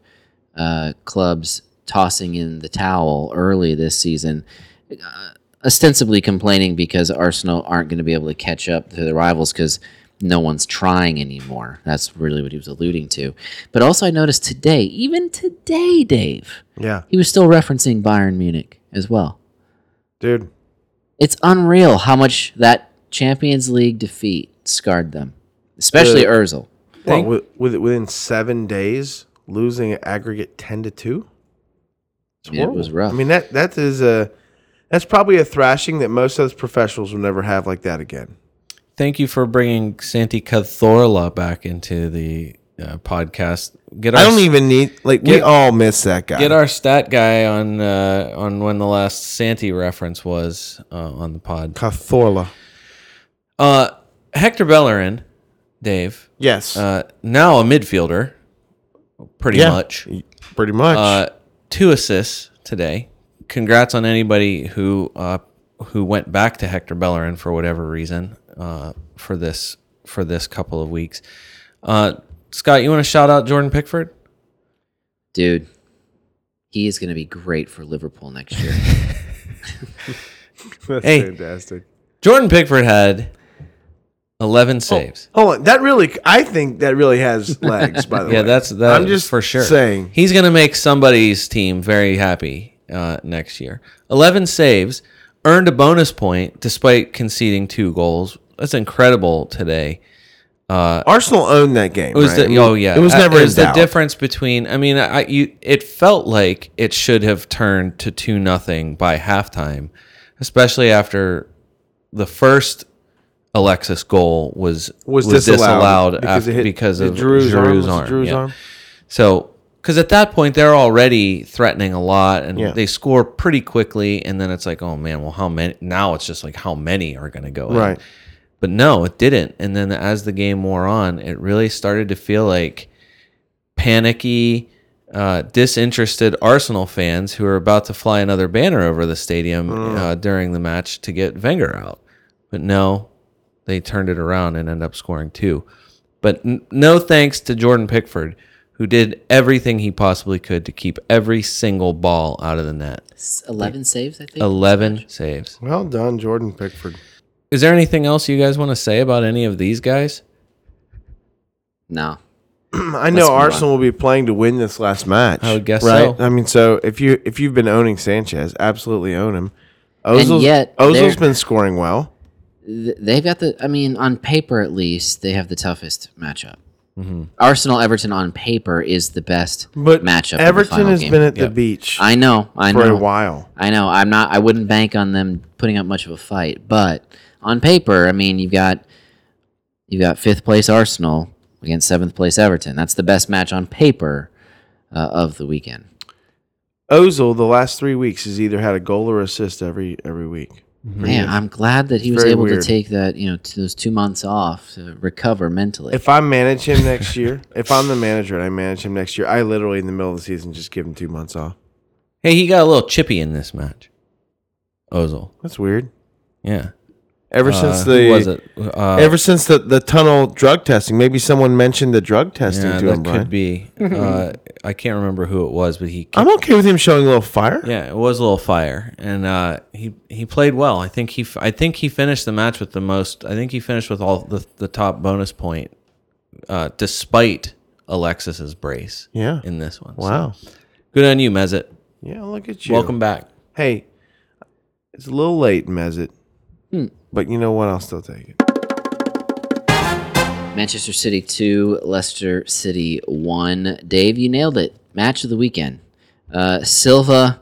Speaker 2: uh, clubs tossing in the towel early this season, uh, ostensibly complaining because Arsenal aren't going to be able to catch up to the rivals because no one's trying anymore. That's really what he was alluding to. But also, I noticed today, even today, Dave,
Speaker 3: Yeah,
Speaker 2: he was still referencing Bayern Munich as well
Speaker 3: dude.
Speaker 2: it's unreal how much that Champions League defeat scarred them, especially
Speaker 3: Uh,
Speaker 2: Özil.
Speaker 3: Well, with, with, within seven days, losing an aggregate ten to two. It's
Speaker 2: It was
Speaker 3: horrible.
Speaker 2: rough.
Speaker 3: I mean that that is a that's probably a thrashing that most of us professionals will never have like that again.
Speaker 4: Thank you for bringing Santi Cazorla back into the uh, podcast. Get our
Speaker 3: I don't even need like we
Speaker 4: Get-
Speaker 3: all miss that guy.
Speaker 4: get our stat guy on uh, on when the last Santi reference was uh, on the pod.
Speaker 3: Cathorla.
Speaker 4: Uh, Hector Bellerin, Dave,
Speaker 3: Yes,
Speaker 4: uh, now a midfielder, pretty
Speaker 3: Yeah.
Speaker 4: much.
Speaker 3: pretty much. *laughs*
Speaker 4: Uh, two assists today. Congrats on anybody who uh, who went back to Hector Bellerin for whatever reason uh, for this for this couple of weeks. Uh, Scott, you want to shout out Jordan Pickford?
Speaker 2: Dude, he is going to be great for Liverpool next
Speaker 3: *laughs*
Speaker 2: year.
Speaker 1: That's
Speaker 4: hey.
Speaker 1: fantastic.
Speaker 4: Jordan Pickford had
Speaker 3: Oh.
Speaker 4: eleven saves.
Speaker 3: Hold on, that really, I think that really
Speaker 4: *laughs*
Speaker 3: has legs. By the way,
Speaker 4: yeah, that's that.
Speaker 3: I'm just
Speaker 4: for sure
Speaker 3: saying.
Speaker 4: he's going to make somebody's team very happy uh, next year. Eleven saves, earned a bonus point despite conceding two goals. That's incredible today.
Speaker 3: Arsenal owned that game.
Speaker 4: Uh, It was
Speaker 3: right? I
Speaker 4: the,
Speaker 3: mean,
Speaker 4: oh yeah.
Speaker 3: it was
Speaker 4: Uh,
Speaker 3: never in
Speaker 4: was the
Speaker 3: doubt.
Speaker 4: difference between. I mean, I you. It felt like it should have turned to two nothing by halftime, especially after the first Alexis goal was
Speaker 3: was, disallowed,
Speaker 4: because,
Speaker 3: it hit-
Speaker 4: because
Speaker 3: it
Speaker 4: of
Speaker 3: Drew's
Speaker 4: Drew's,
Speaker 3: arm. Was it
Speaker 4: arm.
Speaker 3: Drew's
Speaker 4: yeah.
Speaker 3: arm?
Speaker 4: So, because at that point they're already threatening a lot, and
Speaker 3: Yeah.
Speaker 4: they score pretty quickly, and then it's like, oh man, well how many? Now it's just like how many are going to go in?
Speaker 3: Right.
Speaker 4: But no, it didn't. And then as the game wore on, it really started to feel like panicky, uh, disinterested Arsenal fans who were about to fly another banner over the stadium
Speaker 3: Mm.
Speaker 4: uh, during the match to get Wenger out. But no, they turned it around and ended up scoring two. But n- no thanks to Jordan Pickford, who did everything he possibly could to keep every single ball out of the net.
Speaker 2: S- 11 saves, I think.
Speaker 4: 11 saves.
Speaker 3: Well done, Jordan Pickford.
Speaker 4: Is there anything else you guys want to say about any of these guys?
Speaker 2: No.
Speaker 3: *clears throat* I
Speaker 2: move
Speaker 3: know
Speaker 2: on.
Speaker 3: Arsenal will be playing to win this last match.
Speaker 4: I would guess
Speaker 3: right?
Speaker 4: so.
Speaker 3: I mean, so if you if you've been owning Sanchez, absolutely own him. Ozil's,
Speaker 2: yet
Speaker 3: Ozil's
Speaker 2: they're-
Speaker 3: been scoring well.
Speaker 2: Th- They've got the, I mean, on paper at least, they have the toughest matchup. Arsenal Everton on paper is the best
Speaker 3: Mm-hmm. But
Speaker 2: matchup. of the
Speaker 3: Everton
Speaker 2: final
Speaker 3: has
Speaker 2: game.
Speaker 3: been at the
Speaker 4: Yep.
Speaker 3: beach
Speaker 2: I know, I
Speaker 3: for
Speaker 2: know.
Speaker 3: a while.
Speaker 2: I know. I'm not. I wouldn't bank on them putting up much of a fight, but on paper, I mean, you've got you've got fifth place Arsenal against seventh place Everton. That's the best match on paper uh, of the weekend.
Speaker 3: Ozil, the last three weeks, has either had a goal or assist every every week.
Speaker 2: Man, I'm glad that he was
Speaker 3: Mm-hmm. Very
Speaker 2: able
Speaker 3: weird.
Speaker 2: to take that. You know, t- those two months off to recover mentally.
Speaker 3: If I manage him
Speaker 4: *laughs*
Speaker 3: next year, if I'm the manager and I manage him next year, I literally in the middle of the season just give him two months off.
Speaker 4: Hey, he got a little chippy in this match. Ozil.
Speaker 3: That's weird.
Speaker 4: Yeah.
Speaker 3: Ever
Speaker 4: Uh,
Speaker 3: since
Speaker 4: who
Speaker 3: the
Speaker 4: was it? Uh,
Speaker 3: ever since the, the tunnel drug testing, maybe someone mentioned the drug testing
Speaker 4: yeah,
Speaker 3: to him,
Speaker 4: that
Speaker 3: Brian.
Speaker 4: could be. Uh, I can't remember who it was, but he. kicked-
Speaker 3: I'm okay with him showing a little fire.
Speaker 4: yeah, it was a little fire, and uh, he he played well. I think he f- I think he finished the match with the most. I think he finished with all the the top bonus point, uh, despite Alexis's brace.
Speaker 3: Yeah.
Speaker 4: in this one. So,
Speaker 3: Wow.
Speaker 4: good on you, Mezit.
Speaker 3: Yeah, look at you.
Speaker 4: Welcome back.
Speaker 3: Hey, it's a little late, Mezit.
Speaker 4: Hmm.
Speaker 3: But you know what? I'll still take it.
Speaker 2: Manchester City two, Leicester City one. Dave, you nailed it. Match of the weekend. Uh, Silva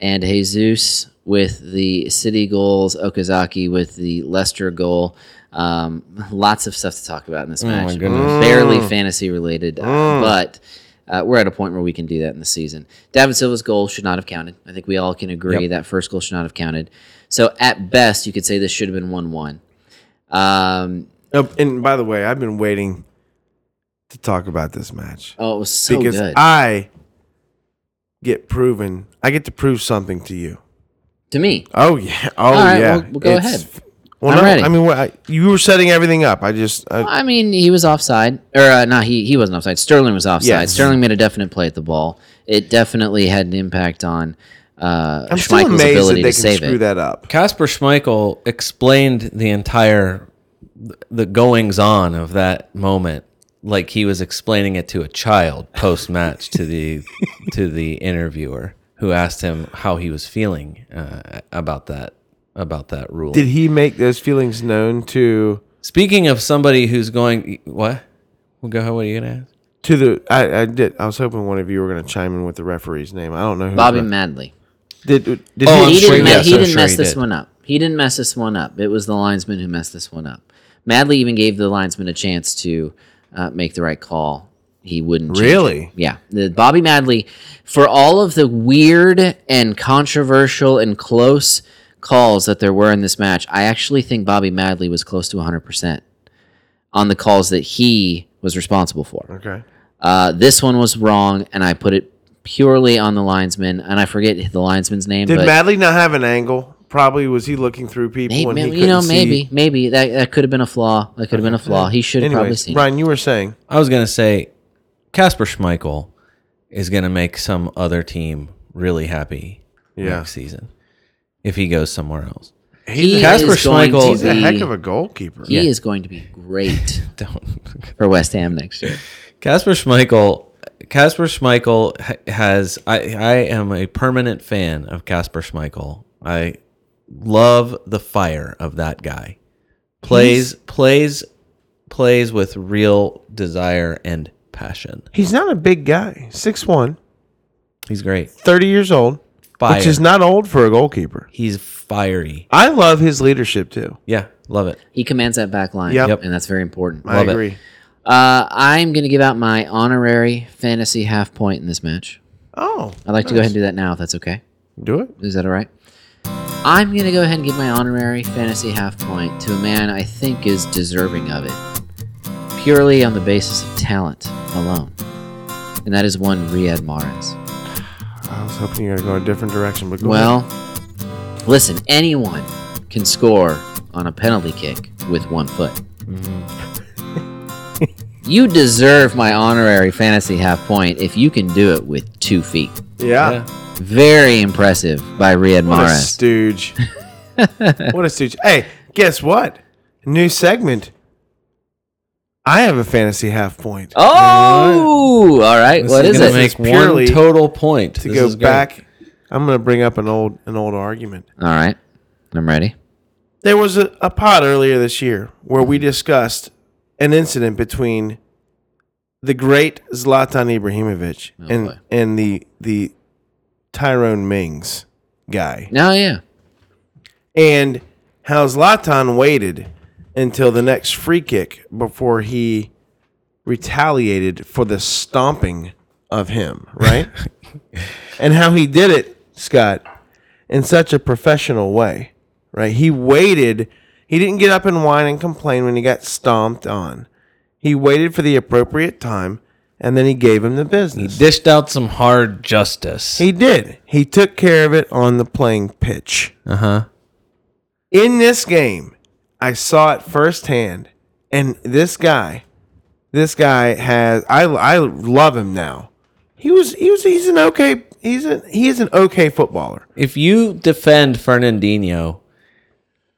Speaker 2: and Jesus with the City goals. Okazaki with the Leicester goal. Um, lots of stuff to talk about in this match.
Speaker 4: Oh my goodness. Mm.
Speaker 2: Barely fantasy related, uh, but. Uh, we're at a point where we can do that in the season. David Silva's goal should not have counted. I think we all can agree that first goal should not have counted. So at best, you could say this should have been one-one. Um,
Speaker 3: Oh, and by the way, I've been waiting to talk about this match
Speaker 2: oh, it was so
Speaker 3: because
Speaker 2: good.
Speaker 3: I get proven. I get to prove something to you.
Speaker 2: to me.
Speaker 3: Oh yeah. Oh
Speaker 2: All right,
Speaker 3: yeah.
Speaker 2: well, well, go ahead.
Speaker 3: Well,
Speaker 2: I'm
Speaker 3: no,
Speaker 2: ready.
Speaker 3: I mean, what I, you were setting everything up. I just I,
Speaker 2: I mean, he was offside, or uh, no, he he wasn't offside. Sterling was offside.
Speaker 3: Yes.
Speaker 2: Sterling made a definite play at the ball. It definitely had an impact on uh,
Speaker 3: I'm still
Speaker 2: Schmeichel's
Speaker 3: amazed that
Speaker 2: ability
Speaker 3: they
Speaker 2: to
Speaker 3: can
Speaker 2: save
Speaker 3: screw
Speaker 2: it.
Speaker 3: that up.
Speaker 4: Casper Schmeichel explained the entire the goings on of that moment like he was explaining it to a child post match
Speaker 3: *laughs*
Speaker 4: to the to the interviewer who asked him how he was feeling uh, about that about that rule.
Speaker 3: Did he make those feelings known to
Speaker 4: Speaking of somebody who's going what? Well, go ahead. What are you gonna ask?
Speaker 3: to the? I, I did. I was hoping one of you were going to chime in with the referee's name. I don't know who.
Speaker 2: Bobby
Speaker 3: the-
Speaker 2: Madley.
Speaker 3: Did, did
Speaker 4: Oh, I'm
Speaker 2: He
Speaker 4: sure
Speaker 2: didn't,
Speaker 4: he
Speaker 2: ma-
Speaker 4: did.
Speaker 2: he
Speaker 4: I'm
Speaker 2: didn't
Speaker 4: sure
Speaker 2: mess
Speaker 4: he
Speaker 2: this
Speaker 4: did.
Speaker 2: one up. He didn't mess this one up. It was the linesman who messed this one up. Madley even gave the linesman a chance to uh, make the right call. He wouldn't. change it.
Speaker 3: Really?
Speaker 2: Yeah. The Bobby Madley, for all of the weird and controversial and close calls that there were in this match, I actually think Bobby Madley was close to 100% on the calls that he was responsible for.
Speaker 3: Okay.
Speaker 2: Uh, this one was wrong, and I put it purely on the linesman, and I forget the linesman's name.
Speaker 3: Did
Speaker 2: but
Speaker 3: Madley not have an angle? Probably was he looking through people
Speaker 2: Maybe,
Speaker 3: and he
Speaker 2: you
Speaker 3: couldn't
Speaker 2: know,
Speaker 3: see?
Speaker 2: maybe, maybe that that could have been a flaw. That could have been a flaw. He should have probably
Speaker 3: Anyways,
Speaker 2: seen. it.
Speaker 3: Brian, you were saying
Speaker 4: I was gonna say Casper Schmeichel is gonna make some other team really happy
Speaker 3: Yeah.
Speaker 4: next season if he goes somewhere else.
Speaker 2: He
Speaker 4: Casper
Speaker 2: is going
Speaker 4: Schmeichel-
Speaker 2: to
Speaker 3: he's a
Speaker 2: be,
Speaker 3: heck of a goalkeeper.
Speaker 2: he is going to be great
Speaker 3: *laughs*
Speaker 4: Don't
Speaker 2: for West Ham next year.
Speaker 4: Casper Schmeichel. Casper Schmeichel ha- has. I, I am a permanent fan of Casper Schmeichel. I love the fire of that guy. Plays, plays, plays with real desire and passion.
Speaker 3: He's not a big guy. 6'1",
Speaker 4: He's great.
Speaker 3: 30 years old,
Speaker 4: Fire.
Speaker 3: which is not old for a goalkeeper.
Speaker 4: He's fiery.
Speaker 3: I love his leadership too.
Speaker 4: Yeah, love it.
Speaker 2: He commands that back line,
Speaker 3: Yep.
Speaker 2: and that's very important.
Speaker 3: I
Speaker 4: Love it.
Speaker 3: agree.
Speaker 2: Uh, I'm going to give out my honorary fantasy half point in this match.
Speaker 3: Oh,
Speaker 2: I'd like to go ahead and do that now, if that's okay.
Speaker 3: do it.
Speaker 2: Is that all right? I'm going to go ahead and give my honorary fantasy half point to a man I think is deserving of it, purely on the basis of talent alone. And that is one Riyad Mahrez.
Speaker 3: I was hoping you were going to go a different direction, but go
Speaker 2: Well, listen, anyone can score on a penalty kick with one foot. you deserve my honorary fantasy half point if you can do it with two feet.
Speaker 3: ahead. yeah.
Speaker 2: Very impressive by Riyad
Speaker 3: What a
Speaker 2: Mahrez. *laughs*
Speaker 3: stooge! what a stooge! Hey, guess what? New segment. I have a fantasy half point
Speaker 2: Oh, all right. What is
Speaker 4: gonna
Speaker 2: it?
Speaker 4: Make
Speaker 3: purely
Speaker 4: one total point
Speaker 3: to go back. I'm going to bring up an old an old argument.
Speaker 2: all right. I'm ready.
Speaker 3: There was a, a pod earlier this year where we discussed an incident between the great Zlatan Ibrahimovic and
Speaker 2: boy.
Speaker 3: and the the Tyrone Mings guy.
Speaker 2: No, yeah.
Speaker 3: and how Zlatan waited until the next free kick before he retaliated for the stomping of him, right? and how he did it, Scott, in such a professional way, right? He waited. He didn't get up and whine and complain when he got stomped on. He waited for the appropriate time and then he gave him the business.
Speaker 4: Dished out some hard justice.
Speaker 3: He did. He took care of it on the playing pitch.
Speaker 4: Uh huh.
Speaker 3: In this game, I saw it firsthand, and this guy, this guy has I I love him now. He was he was he's an okay he's a he is an okay footballer.
Speaker 4: If you defend Fernandinho,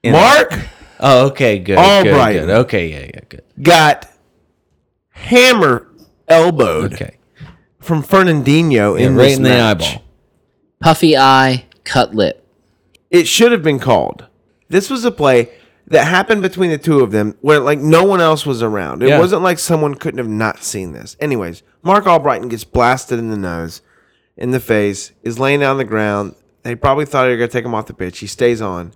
Speaker 3: Mark
Speaker 4: oh okay, good,
Speaker 3: All
Speaker 4: good,
Speaker 3: right.
Speaker 4: good. Okay, yeah, yeah, good.
Speaker 3: got hammer elbowed
Speaker 4: Okay,
Speaker 3: from Fernandinho in
Speaker 4: right
Speaker 3: this
Speaker 4: in the
Speaker 3: match.
Speaker 4: eyeball.
Speaker 2: Puffy eye, cut lip.
Speaker 3: It should have been called. This was a play that happened between the two of them where like no one else was around. It
Speaker 4: Yeah.
Speaker 3: wasn't like someone couldn't have not seen this. Anyways, Mark Albrighton gets blasted in the nose, in the face, is laying down on the ground. They probably thought they were gonna take him off the pitch. He stays on.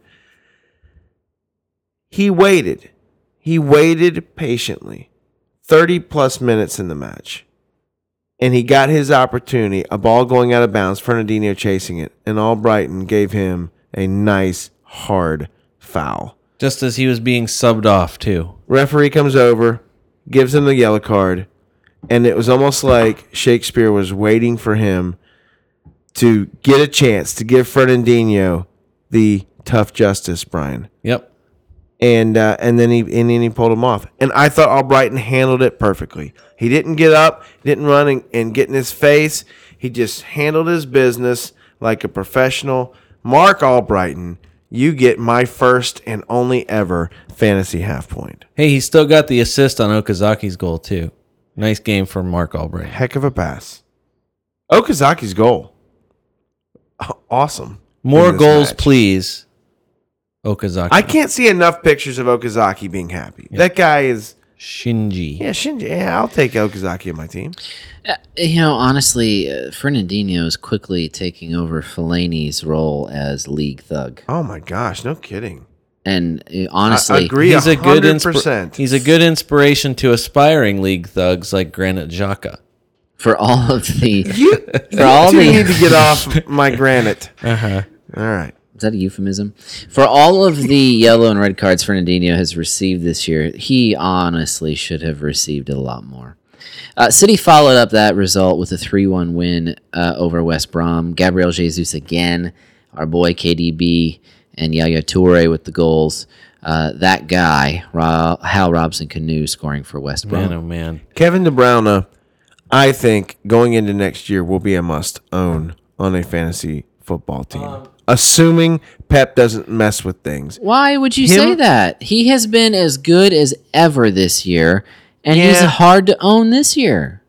Speaker 3: He waited. He waited patiently. 30 plus minutes in the match. And he got his opportunity, a ball going out of bounds, Fernandinho chasing it, and Albrighton gave him a nice hard foul.
Speaker 4: Just as he was being subbed off too.
Speaker 3: Referee comes over, gives him the yellow card, and it was almost like Shakespeare was waiting for him to get a chance to give Fernandinho the tough justice, Brian.
Speaker 4: Yep.
Speaker 3: and uh, and then he and then he pulled him off. And I thought Albrighton handled it perfectly. He didn't get up, didn't run and, and get in his face. He just handled his business like a professional. Mark Albrighton, you get my first and only ever fantasy half point.
Speaker 4: Hey, he still got the assist on Okazaki's goal too. Nice game for Mark Albright.
Speaker 3: Heck of a pass. Okazaki's goal. *laughs* Awesome.
Speaker 4: More
Speaker 3: In this
Speaker 4: goals,
Speaker 3: match.
Speaker 4: please. Okazaki.
Speaker 3: I can't see enough pictures of Okazaki being happy. That guy is
Speaker 4: Shinji.
Speaker 3: yeah, Shinji. Yeah, I'll take Okazaki on my team.
Speaker 2: Uh, you know, honestly, uh, Fernandinho is quickly taking over Fellaini's role as league thug,
Speaker 3: Oh my gosh, no kidding.
Speaker 2: and uh, honestly,
Speaker 3: agree.
Speaker 4: He's a good inspir-
Speaker 3: 100%.
Speaker 4: He's a good inspiration to aspiring league thugs like Granite Xhaka.
Speaker 2: for all of the
Speaker 3: *laughs* You,
Speaker 4: *laughs*
Speaker 2: for all
Speaker 3: two
Speaker 2: the
Speaker 3: need to get off my granite. Uh
Speaker 4: Uh-huh.
Speaker 3: huh. All right.
Speaker 2: Is that a euphemism? For all of the yellow and red cards Fernandinho has received this year, he honestly should have received a lot more. Uh, City followed up that result with a 3 1 win uh, over West Brom. Gabriel Jesus again, our boy KDB, and Yaya Toure with the goals. Uh, that guy, Ro- Hal Robson Canoe, scoring for West Brom.
Speaker 4: Man, oh man.
Speaker 3: Kevin De Bruyne, I think going into next year will be a must own on a fantasy football team, assuming Pep doesn't mess with things.
Speaker 2: Why would you say that? He has been as good as ever this year, and he's
Speaker 3: Yeah.
Speaker 2: hard to own this year.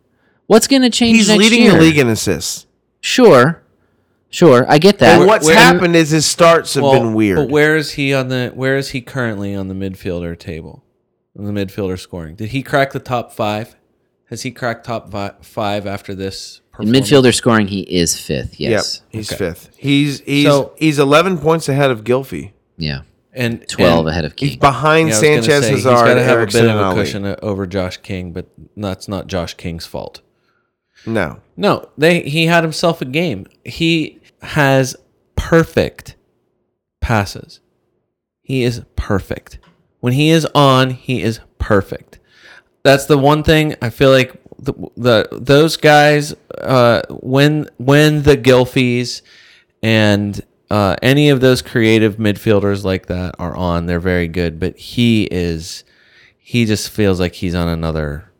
Speaker 2: What's going to change
Speaker 3: He's
Speaker 2: next
Speaker 3: leading
Speaker 2: year?
Speaker 3: the league in assists.
Speaker 2: Sure, sure, I get that.
Speaker 3: And what's
Speaker 4: where-
Speaker 3: happened is his starts have been
Speaker 4: But
Speaker 3: weird.
Speaker 4: where is he on the where is he currently on the midfielder table? On the midfielder scoring. Did he crack the top 5? Has he cracked top vi- 5 after this?
Speaker 2: In
Speaker 4: performance?
Speaker 2: midfielder scoring, he is fifth. Yes.
Speaker 3: Yep, he's
Speaker 4: Okay.
Speaker 3: fifth. He's he's
Speaker 4: So-
Speaker 3: he's eleven points ahead of Gilfy.
Speaker 2: Yeah.
Speaker 4: and
Speaker 2: Twelve
Speaker 4: and-
Speaker 2: ahead of
Speaker 3: He's
Speaker 2: King.
Speaker 3: behind
Speaker 4: Yeah, I was gonna
Speaker 3: Sanchez,
Speaker 4: say,
Speaker 3: Hazard,
Speaker 4: He's got to have
Speaker 3: Erickson,
Speaker 4: a bit
Speaker 3: and
Speaker 4: of a
Speaker 3: Ali.
Speaker 4: cushion uh, over Josh King, but that's not Josh King's fault.
Speaker 3: No,
Speaker 4: No, they he had himself a game. He has perfect passes. He is perfect. When he is on, he is perfect. That's the one thing I feel like the, the those guys uh, when when the Gilfies and uh, any of those creative midfielders like that are on, they're very good. But he is he just feels like he's on another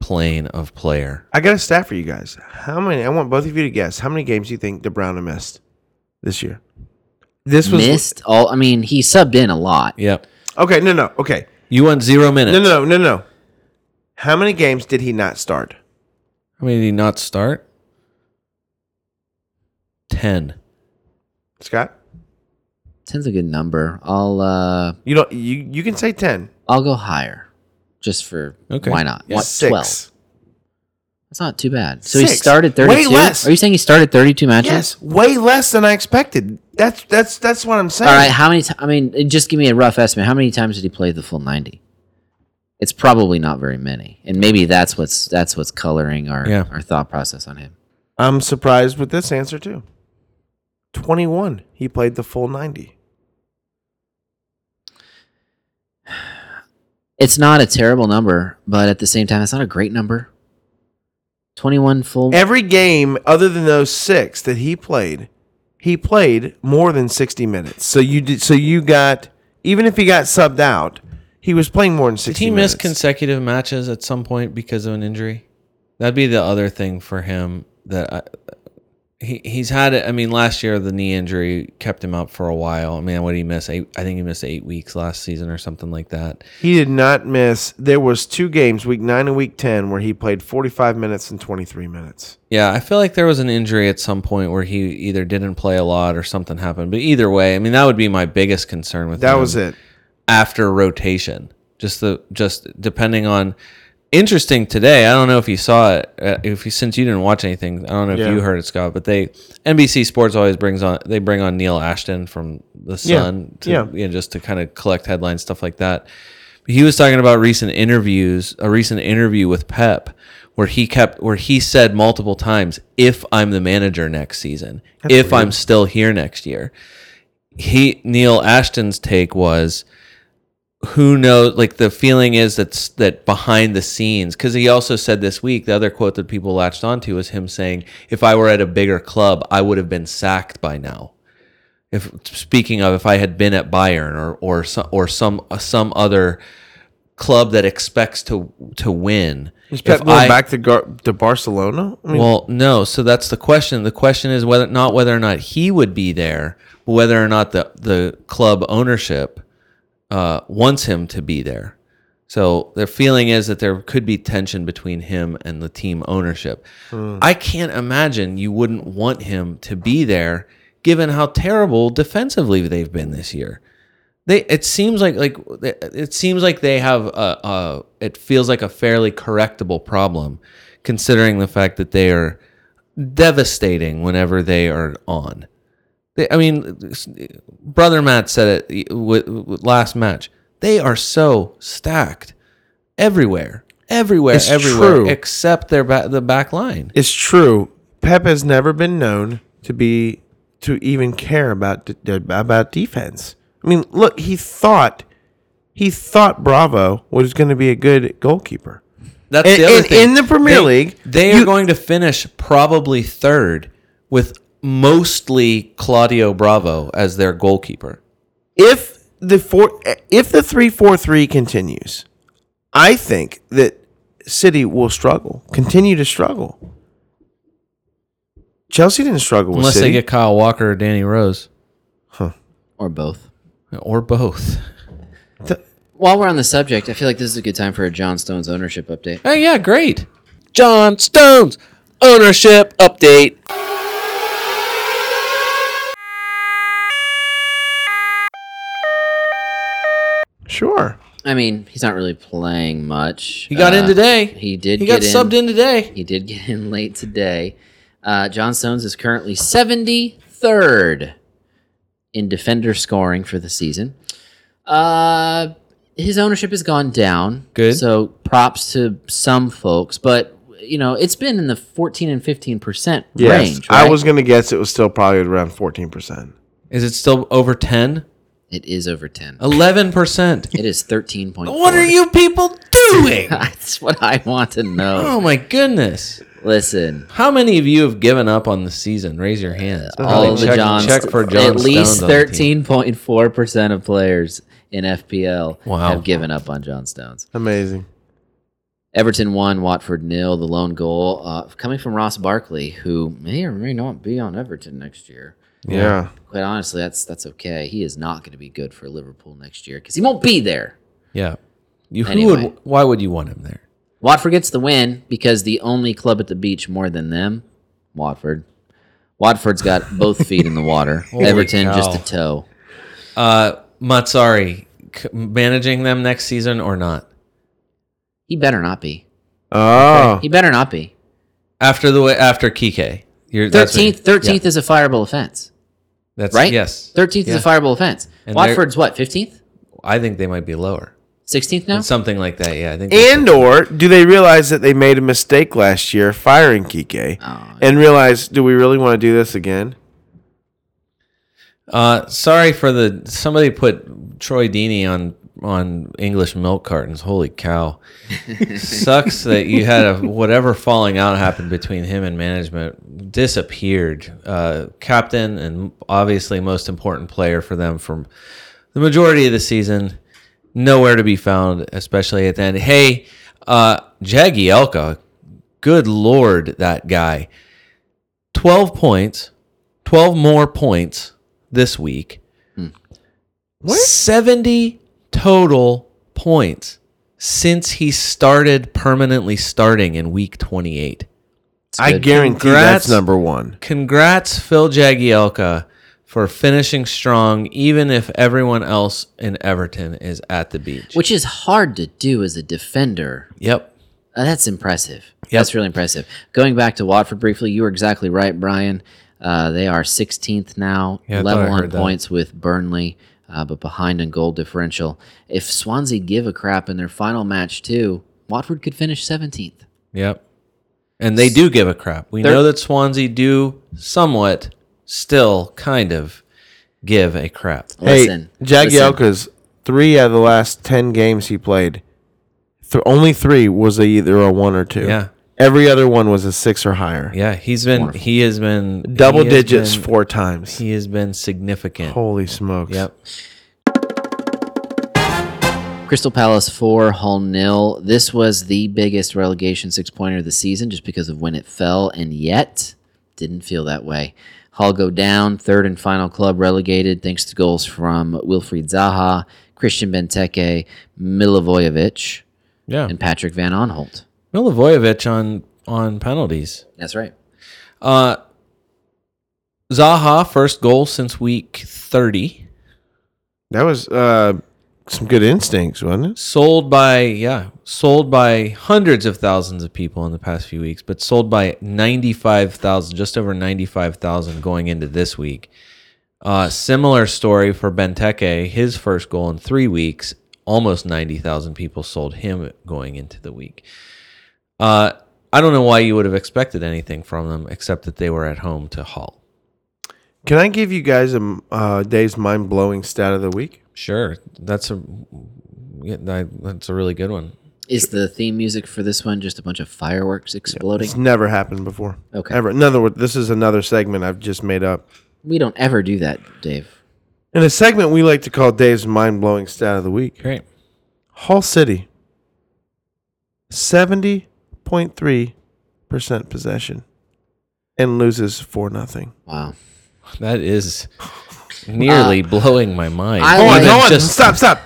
Speaker 4: plane of player.
Speaker 3: I got a stat for you guys. How many? I want both of you to guess. How many games do you think DeBruyne missed this year? This was
Speaker 2: Missed all. I mean, he subbed in a lot.
Speaker 4: Yep.
Speaker 3: okay. No, no. Okay,
Speaker 4: You want zero minutes.
Speaker 3: no, no, no, no. How many games did he not start?
Speaker 4: How many did he not start? Ten.
Speaker 3: Scott,
Speaker 2: Ten's a good number. I'll uh,
Speaker 3: you don't. You you can say ten.
Speaker 2: I'll go higher, just for
Speaker 4: Okay.
Speaker 2: why not? What
Speaker 3: Six.
Speaker 2: twelve? That's not too bad. So he
Speaker 3: Six.
Speaker 2: started
Speaker 3: Way
Speaker 2: thirty-two.
Speaker 3: less.
Speaker 2: Are you saying he started thirty-two matches?
Speaker 3: Yes, way less than I expected. That's that's that's what I'm saying.
Speaker 2: All right. How many? T- I mean, uh, just give me a rough estimate. How many times did he play the full ninety? It's probably not very many, and maybe that's what's that's what's coloring our
Speaker 4: Yeah.
Speaker 2: our thought process on him.
Speaker 3: I'm surprised with this answer too. Twenty-one. He played the full ninety.
Speaker 2: It's not a terrible number, but at the same time, it's not a great number. Twenty-one full.
Speaker 3: Every game other than those six that he played, he played more than sixty minutes. So you did. So you got even if he got subbed out, he was playing more than
Speaker 4: Did
Speaker 3: sixty.
Speaker 4: he miss
Speaker 3: minutes.
Speaker 4: consecutive matches at some point because of an injury? That'd be the other thing for him that I, he he's had it. I mean, last year the knee injury kept him out for a while. I mean, what did he miss? Eight, I think he missed eight weeks last season or something like that.
Speaker 3: he did not miss. There was two games, week nine and week ten, where he played forty-five minutes and twenty-three minutes.
Speaker 4: Yeah, I feel like there was an injury at some point where he either didn't play a lot or something happened. But either way, I mean, that would be my biggest concern with
Speaker 3: That
Speaker 4: him.
Speaker 3: was it.
Speaker 4: after rotation. Just the just depending on. Interesting today. I don't know if you saw it. Uh, if you, since you didn't watch anything, I don't know if
Speaker 3: Yeah.
Speaker 4: you heard it, Scott. But they NBC Sports always brings on they bring on Neil Ashton from the
Speaker 3: Yeah.
Speaker 4: Sun to
Speaker 3: Yeah.
Speaker 4: you know, just to kind of collect headlines stuff like that. But he was talking about recent interviews, a recent interview with Pep, where he kept where he said multiple times, "If I'm the manager next season, if I'm still here next year." He Neil Ashton's take was who knows like the feeling is that's that behind the scenes because he also said this week the other quote that people latched onto was him saying if i were at a bigger club i would have been sacked by now if speaking of if I had been at Bayern or or some, or some some other club that expects to to win.
Speaker 3: Is Pep
Speaker 4: if
Speaker 3: going
Speaker 4: I-
Speaker 3: back to Gar- to Barcelona? I mean,
Speaker 4: well, no. So that's the question. The question is whether not whether or not he would be there, but whether or not the the club ownership uh, wants him to be there. So their feeling is that there could be tension between him and the team ownership. I can't imagine you wouldn't want him to be there, given how terrible defensively they've been this year they it seems like like it seems like they have a, a it feels like a fairly correctable problem considering the fact that they are devastating whenever they are on they, i mean brother matt said it with, with last match they are so stacked everywhere everywhere
Speaker 3: It's
Speaker 4: everywhere
Speaker 3: true.
Speaker 4: except their ba- the back line
Speaker 3: It's true. Pep has never been known to be to even care about d- d- about defense. I mean, look, he thought he thought Bravo was going to be a good goalkeeper.
Speaker 4: That's
Speaker 3: And-
Speaker 4: the other
Speaker 3: and
Speaker 4: thing.
Speaker 3: in the Premier
Speaker 4: They-
Speaker 3: League,
Speaker 4: they
Speaker 3: you-
Speaker 4: are going to finish probably third with mostly Claudio Bravo as their goalkeeper.
Speaker 3: If the four if the 3-4-3 continues, I think that City will struggle, continue to struggle. Chelsea didn't struggle with
Speaker 4: Unless
Speaker 3: City.
Speaker 4: they get Kyle Walker or Danny Rose
Speaker 2: or both.
Speaker 4: or *laughs* both.
Speaker 2: While we're on the subject, I feel like this is a good time for a John Stones ownership update.
Speaker 4: Oh yeah, great. John Stones ownership update.
Speaker 3: sure.
Speaker 2: I mean, he's not really playing much.
Speaker 4: He got
Speaker 2: Uh,
Speaker 4: in today.
Speaker 2: He did.
Speaker 4: He
Speaker 2: get
Speaker 4: got subbed in today.
Speaker 2: He did get in late today. Uh, John Stones is currently 73rd in defender scoring for the season. Uh, his ownership has gone down.
Speaker 4: Good.
Speaker 2: So props to some folks, but you know it's been in the 14 and 15 percent
Speaker 3: Yes.
Speaker 2: range. Right?
Speaker 3: I was going to guess it was still probably around 14%.
Speaker 4: Is it still over 10?
Speaker 2: It is over 10.
Speaker 4: 11%.
Speaker 2: It is 13.4.
Speaker 4: Oh. what are you people *laughs* doing?
Speaker 2: *laughs* That's what I want to
Speaker 4: *laughs*
Speaker 2: know.
Speaker 4: oh my goodness.
Speaker 2: Listen,
Speaker 4: How many of you have given up on the season? Raise your hands.
Speaker 2: all
Speaker 4: Probably
Speaker 2: the
Speaker 4: check,
Speaker 2: John
Speaker 4: check for John
Speaker 2: at least
Speaker 4: Stones on the team.
Speaker 2: 13.4 percent of players in FPL
Speaker 4: Wow.
Speaker 2: have given up on John Stones.
Speaker 3: Amazing.
Speaker 2: Everton won, Watford nil. The lone goal uh, coming from Ross Barkley, who may or may not be on Everton next year.
Speaker 3: Yeah.
Speaker 2: Quite honestly, that's that's okay. He is not going to be good for Liverpool next year because he won't be there.
Speaker 4: Yeah. You who
Speaker 2: Anyway.
Speaker 4: would why would you want him there?
Speaker 2: Watford gets the win because the only club at the beach more than them, Watford. Watford's got both feet in the
Speaker 4: *laughs*
Speaker 2: water. Everton just
Speaker 4: cow.
Speaker 2: a toe.
Speaker 4: Uh Matsari c- managing them next season or not?
Speaker 2: He better not be.
Speaker 3: Oh.
Speaker 2: He better not be.
Speaker 4: After the way after Kike. You're that's what you-
Speaker 2: Thirteenth, thirteenth is a fireable offense,
Speaker 4: That's
Speaker 2: right?
Speaker 4: Yes.
Speaker 2: Thirteenth is a fireable offense.
Speaker 4: And they're-
Speaker 2: Watford's what? Fifteenth,
Speaker 4: I think they might be lower.
Speaker 2: sixteenth now.
Speaker 4: Something like that. Yeah, I think
Speaker 3: And or do they realize that they made a mistake last year firing Kike
Speaker 2: Oh,
Speaker 3: and realize, do we really want to do this again?
Speaker 4: uh sorry for the somebody put Troy Deeney on on English milk cartons. Holy cow. Sucks that you had a whatever falling out happened between him and management disappeared. Uh, captain and obviously most important player for them from the majority of the season, nowhere to be found, especially at the end. Hey, uh, Jagielka, good lord, that guy. 12 points, 12 more points this week. 70 total points since he started permanently starting in week 28.
Speaker 3: I
Speaker 2: good.
Speaker 3: guarantee
Speaker 4: Congrats.
Speaker 3: that's number one.
Speaker 4: Congrats, Phil Jagielka, for finishing strong, even if everyone else in Everton is at the beach.
Speaker 2: Which is hard to do as a defender.
Speaker 4: yep.
Speaker 2: Uh, that's impressive. That's really impressive. Going back to Watford briefly, you were exactly right, Brian. Uh, they are 16th now,
Speaker 4: Yeah, I thought I
Speaker 2: level on
Speaker 4: heard that.
Speaker 2: points with Burnley, uh, but behind in goal differential. If Swansea give a crap in their final match too, Watford could finish 17th.
Speaker 4: Yep. And they do give a crap. We know that Swansea do somewhat, still kind of give a crap.
Speaker 2: Listen,
Speaker 3: hey, Jagielka's three out of the last 10 games he played, th- only three was a, either a one or two.
Speaker 4: Yeah.
Speaker 3: Every other one was a six or higher.
Speaker 4: Yeah, he's been he has been
Speaker 3: Double
Speaker 4: he has
Speaker 3: digits
Speaker 4: been-
Speaker 3: four times.
Speaker 4: He has been significant.
Speaker 3: Holy smokes.
Speaker 4: Yep.
Speaker 2: Crystal Palace 4, Hull nil. This was the biggest relegation six pointer of the season just because of when it fell, and yet didn't feel that way. Hull go down, third and final club relegated thanks to goals from Wilfried Zaha, Christian Benteke, Milivojevic,
Speaker 4: Yeah.
Speaker 2: and Patrick Van Onholt.
Speaker 4: Milivojevic on on penalties.
Speaker 2: That's right.
Speaker 4: Uh Zaha first goal since week 30.
Speaker 3: That was uh, some good instincts, wasn't it?
Speaker 4: Sold by yeah, sold by hundreds of thousands of people in the past few weeks, but sold by 95,000, just over 95,000 going into this week. Uh similar story for Benteke, his first goal in 3 weeks, almost 90,000 people sold him going into the week. Uh I don't know why you would have expected anything from them except that they were at home to Hull.
Speaker 3: Can I give you guys a m- uh, Dave's mind blowing stat of the week?
Speaker 4: Sure, that's a yeah, that- that's a really good one.
Speaker 2: Is the theme music for this one just a bunch of fireworks exploding?
Speaker 3: It's never happened before.
Speaker 2: Okay.
Speaker 3: Ever. In other words, this is another segment I've just made up.
Speaker 2: We don't ever do that, Dave.
Speaker 3: In a segment we like to call Dave's mind blowing stat of the week,
Speaker 4: Great.
Speaker 3: Hall City, 70.3% possession and loses 4 nothing.
Speaker 2: Wow.
Speaker 4: That is nearly blowing my mind.
Speaker 2: Uh, I
Speaker 3: Hold on,
Speaker 2: like-
Speaker 3: hold on.
Speaker 4: Just-
Speaker 3: stop, stop.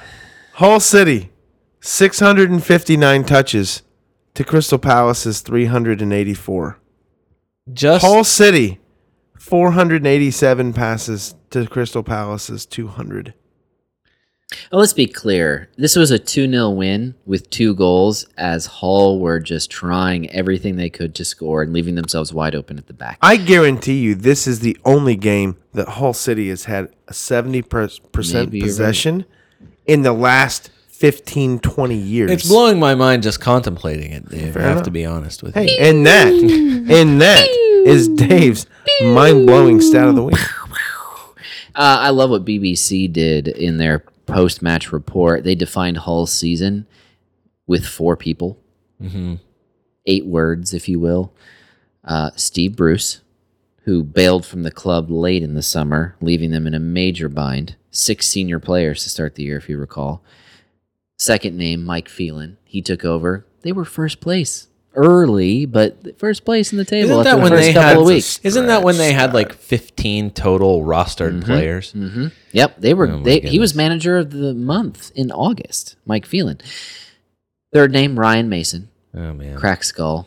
Speaker 3: Hull City, 659 touches to Crystal Palace's 384.
Speaker 4: Just
Speaker 3: Hull City, 487 passes to Crystal Palace's 200.
Speaker 2: Well, Oh, let's be clear. This was a 2 0 win with two goals as Hull were just trying everything they could to score and leaving themselves wide open at the back.
Speaker 3: I guarantee you, this is the only game that Hull City has had a 70%
Speaker 2: Maybe you're
Speaker 3: possession in the last 15, 20 years.
Speaker 4: it's blowing my mind just contemplating it. Dave. I have to be honest with
Speaker 3: Hey,
Speaker 4: you.
Speaker 3: and that, and that is Dave's mind blowing stat of the week.
Speaker 2: Uh, I love what BBC did in their post match report. They defined Hull's season with four people,
Speaker 4: Mm-hmm.
Speaker 2: eight words, if you will. Uh, Steve Bruce, who bailed from the club late in the summer, leaving them in a major bind. Six senior players to start the year, if you recall. Second name, Mike Phelan. He took over. They were first place early, but first place in the table
Speaker 4: Isn't
Speaker 2: after
Speaker 4: that
Speaker 2: the
Speaker 4: when
Speaker 2: first
Speaker 4: they
Speaker 2: couple
Speaker 4: had?
Speaker 2: of weeks.
Speaker 4: Isn't that when they had like 15 total rostered players?
Speaker 2: hmm Yep, they were.
Speaker 4: Oh, my
Speaker 2: they, he was manager of the month in August. Mike Phelan. Third name Ryan Mason,
Speaker 4: Oh man.
Speaker 2: crack skull.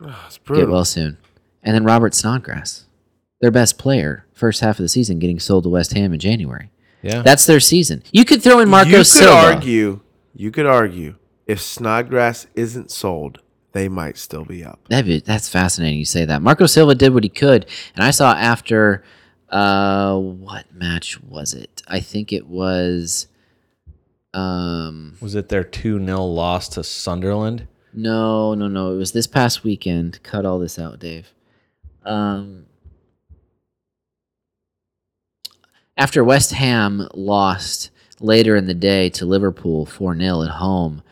Speaker 3: It's
Speaker 2: Get well soon, and then Robert Snodgrass, their best player, first half of the season, getting sold to West Ham in January.
Speaker 4: Yeah.
Speaker 2: That's their season. You could throw in Marco
Speaker 3: you could
Speaker 2: Silva.
Speaker 3: argue, you could argue, if Snodgrass isn't sold, they might still be up.
Speaker 2: That'd be, that's fascinating. You say that Marco Silva did what he could, and I saw after uh, what match was it? I think it was. Um,
Speaker 4: was it their 2 0 loss to Sunderland?
Speaker 2: No, no, no. It was this past weekend. Cut all this out, Dave. Um, after West Ham lost later in the day to Liverpool 4 0 at home,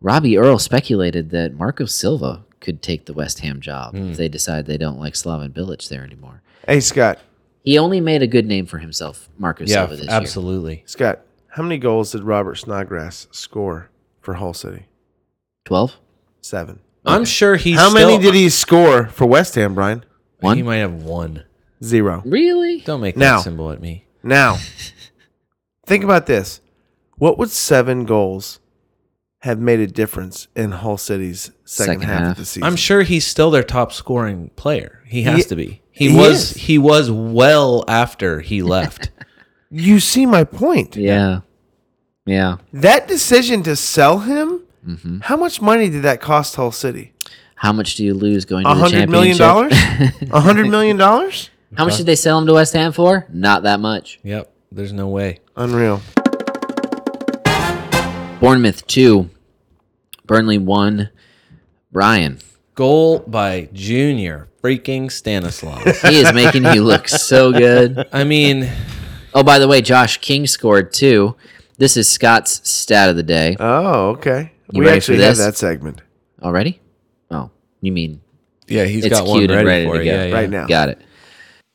Speaker 2: Robbie Earl speculated that Marco Silva could take the West Ham job
Speaker 3: Hmm.
Speaker 2: if they decide they don't like Slaven Bilic there anymore.
Speaker 3: Hey, Scott,
Speaker 2: He only made a good name for himself, Marco
Speaker 4: Yeah,
Speaker 2: Silva, this year.
Speaker 4: absolutely.
Speaker 3: Scott, how many goals did Robert Snodgrass score for Hull City?
Speaker 2: 12?
Speaker 3: Seven.
Speaker 4: I'm sure he's
Speaker 3: how many
Speaker 4: still-
Speaker 3: did he score for West Ham, Brian?
Speaker 4: He
Speaker 2: One?
Speaker 4: might have one.
Speaker 3: Zero.
Speaker 2: Really?
Speaker 4: Don't make
Speaker 3: Now.
Speaker 4: that symbol at me.
Speaker 3: Now, think about this. What would seven goals have made a difference in Hull City's second,
Speaker 2: Second
Speaker 3: half,
Speaker 2: half.
Speaker 3: of the season?
Speaker 4: I'm sure he's still their top scoring player. He has
Speaker 3: He-
Speaker 4: to be. He,
Speaker 3: he
Speaker 4: was
Speaker 3: is.
Speaker 4: he was well after he left.
Speaker 3: you see my point.
Speaker 2: Yeah. Yeah.
Speaker 3: That decision to sell him,
Speaker 2: hmm
Speaker 3: how much money did that cost Hull City?
Speaker 2: How much do you lose going to
Speaker 3: A
Speaker 2: the
Speaker 3: hundred
Speaker 2: championship?
Speaker 3: million
Speaker 2: *laughs*
Speaker 3: A hundred million dollars?
Speaker 2: How much did they sell him to West Ham for? Not that much.
Speaker 4: yep. There's no way.
Speaker 3: Unreal.
Speaker 2: Bournemouth two, Burnley one. Ryan,
Speaker 4: Goal by Junior freaking Stanislaus.
Speaker 2: he is making you *laughs* look so good.
Speaker 4: I mean,
Speaker 2: Oh, by the way, Josh King scored two. This is Scott's stat of the day.
Speaker 3: Oh, okay.
Speaker 2: You
Speaker 3: we
Speaker 2: ready for
Speaker 3: actually have
Speaker 2: this?
Speaker 3: that segment.
Speaker 2: Already? Oh, you mean
Speaker 4: *laughs* Yeah, he's
Speaker 2: It's
Speaker 4: got one
Speaker 2: queued and
Speaker 4: ready,
Speaker 2: ready
Speaker 4: for
Speaker 2: to
Speaker 4: you.
Speaker 2: go.
Speaker 4: Yeah, yeah.
Speaker 3: right now.
Speaker 2: Got it.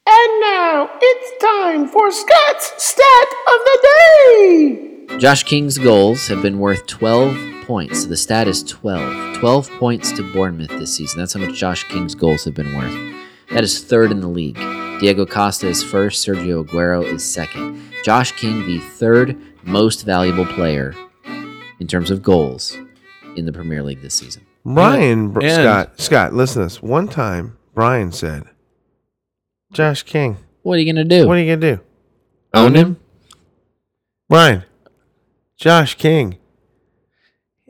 Speaker 5: And now it's time for Scott's stat of the day.
Speaker 2: Josh King's goals have been worth 12 points. So the stat is 12. 12 points to Bournemouth this season. That's how much Josh King's goals have been worth. That is third in the league. Diego Costa is first. Sergio Aguero is second. Josh King, the third most valuable player in terms of goals in the Premier League this season.
Speaker 3: Brian Br-
Speaker 4: and-
Speaker 3: Scott Scott, listen to this. One time, Brian said, "Josh King,
Speaker 2: What are you going to do?
Speaker 3: what are you gonna do?"
Speaker 2: Own him?
Speaker 3: Brian, Josh King.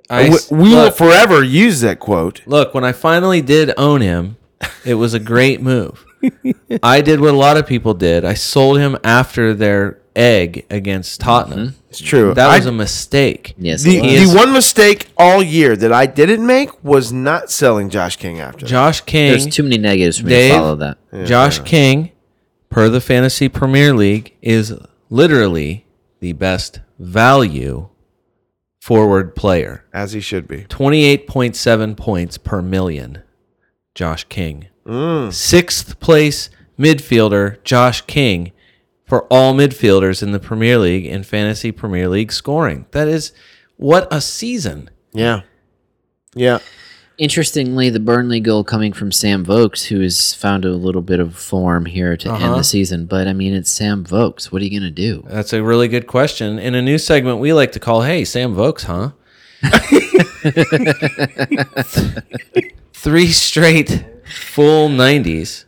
Speaker 4: I
Speaker 3: we
Speaker 4: s-
Speaker 3: we will
Speaker 4: look,
Speaker 3: forever use that quote.
Speaker 4: look, when I finally did own him, it was a great *laughs* move. I did what a lot of people did. I sold him after their egg against Tottenham.
Speaker 3: It's true.
Speaker 4: That
Speaker 3: I-
Speaker 4: was a mistake.
Speaker 2: Mm-hmm. Yes.
Speaker 3: the,
Speaker 2: it was.
Speaker 3: the one mistake all year that I didn't make was not selling Josh King after. that.
Speaker 4: Josh King.
Speaker 2: There's too many negatives for me
Speaker 4: Dave?
Speaker 2: to follow that.
Speaker 4: Josh King, per the Fantasy Premier League, is literally the best value forward player.
Speaker 3: as he should be.
Speaker 4: 28.7 points per million, Josh King. Sixth place midfielder, Josh King, for all midfielders in the Premier League in Fantasy Premier League scoring. That is what a season.
Speaker 3: Yeah. Yeah.
Speaker 2: Interestingly, the Burnley goal coming from Sam Vokes, who has found a little bit of form here to end
Speaker 4: Uh-huh.
Speaker 2: the season. But I mean, it's Sam Vokes. What are you going to do?
Speaker 4: That's a really good question. In a new segment we like to call, hey, Sam Vokes, huh? three straight full 90s,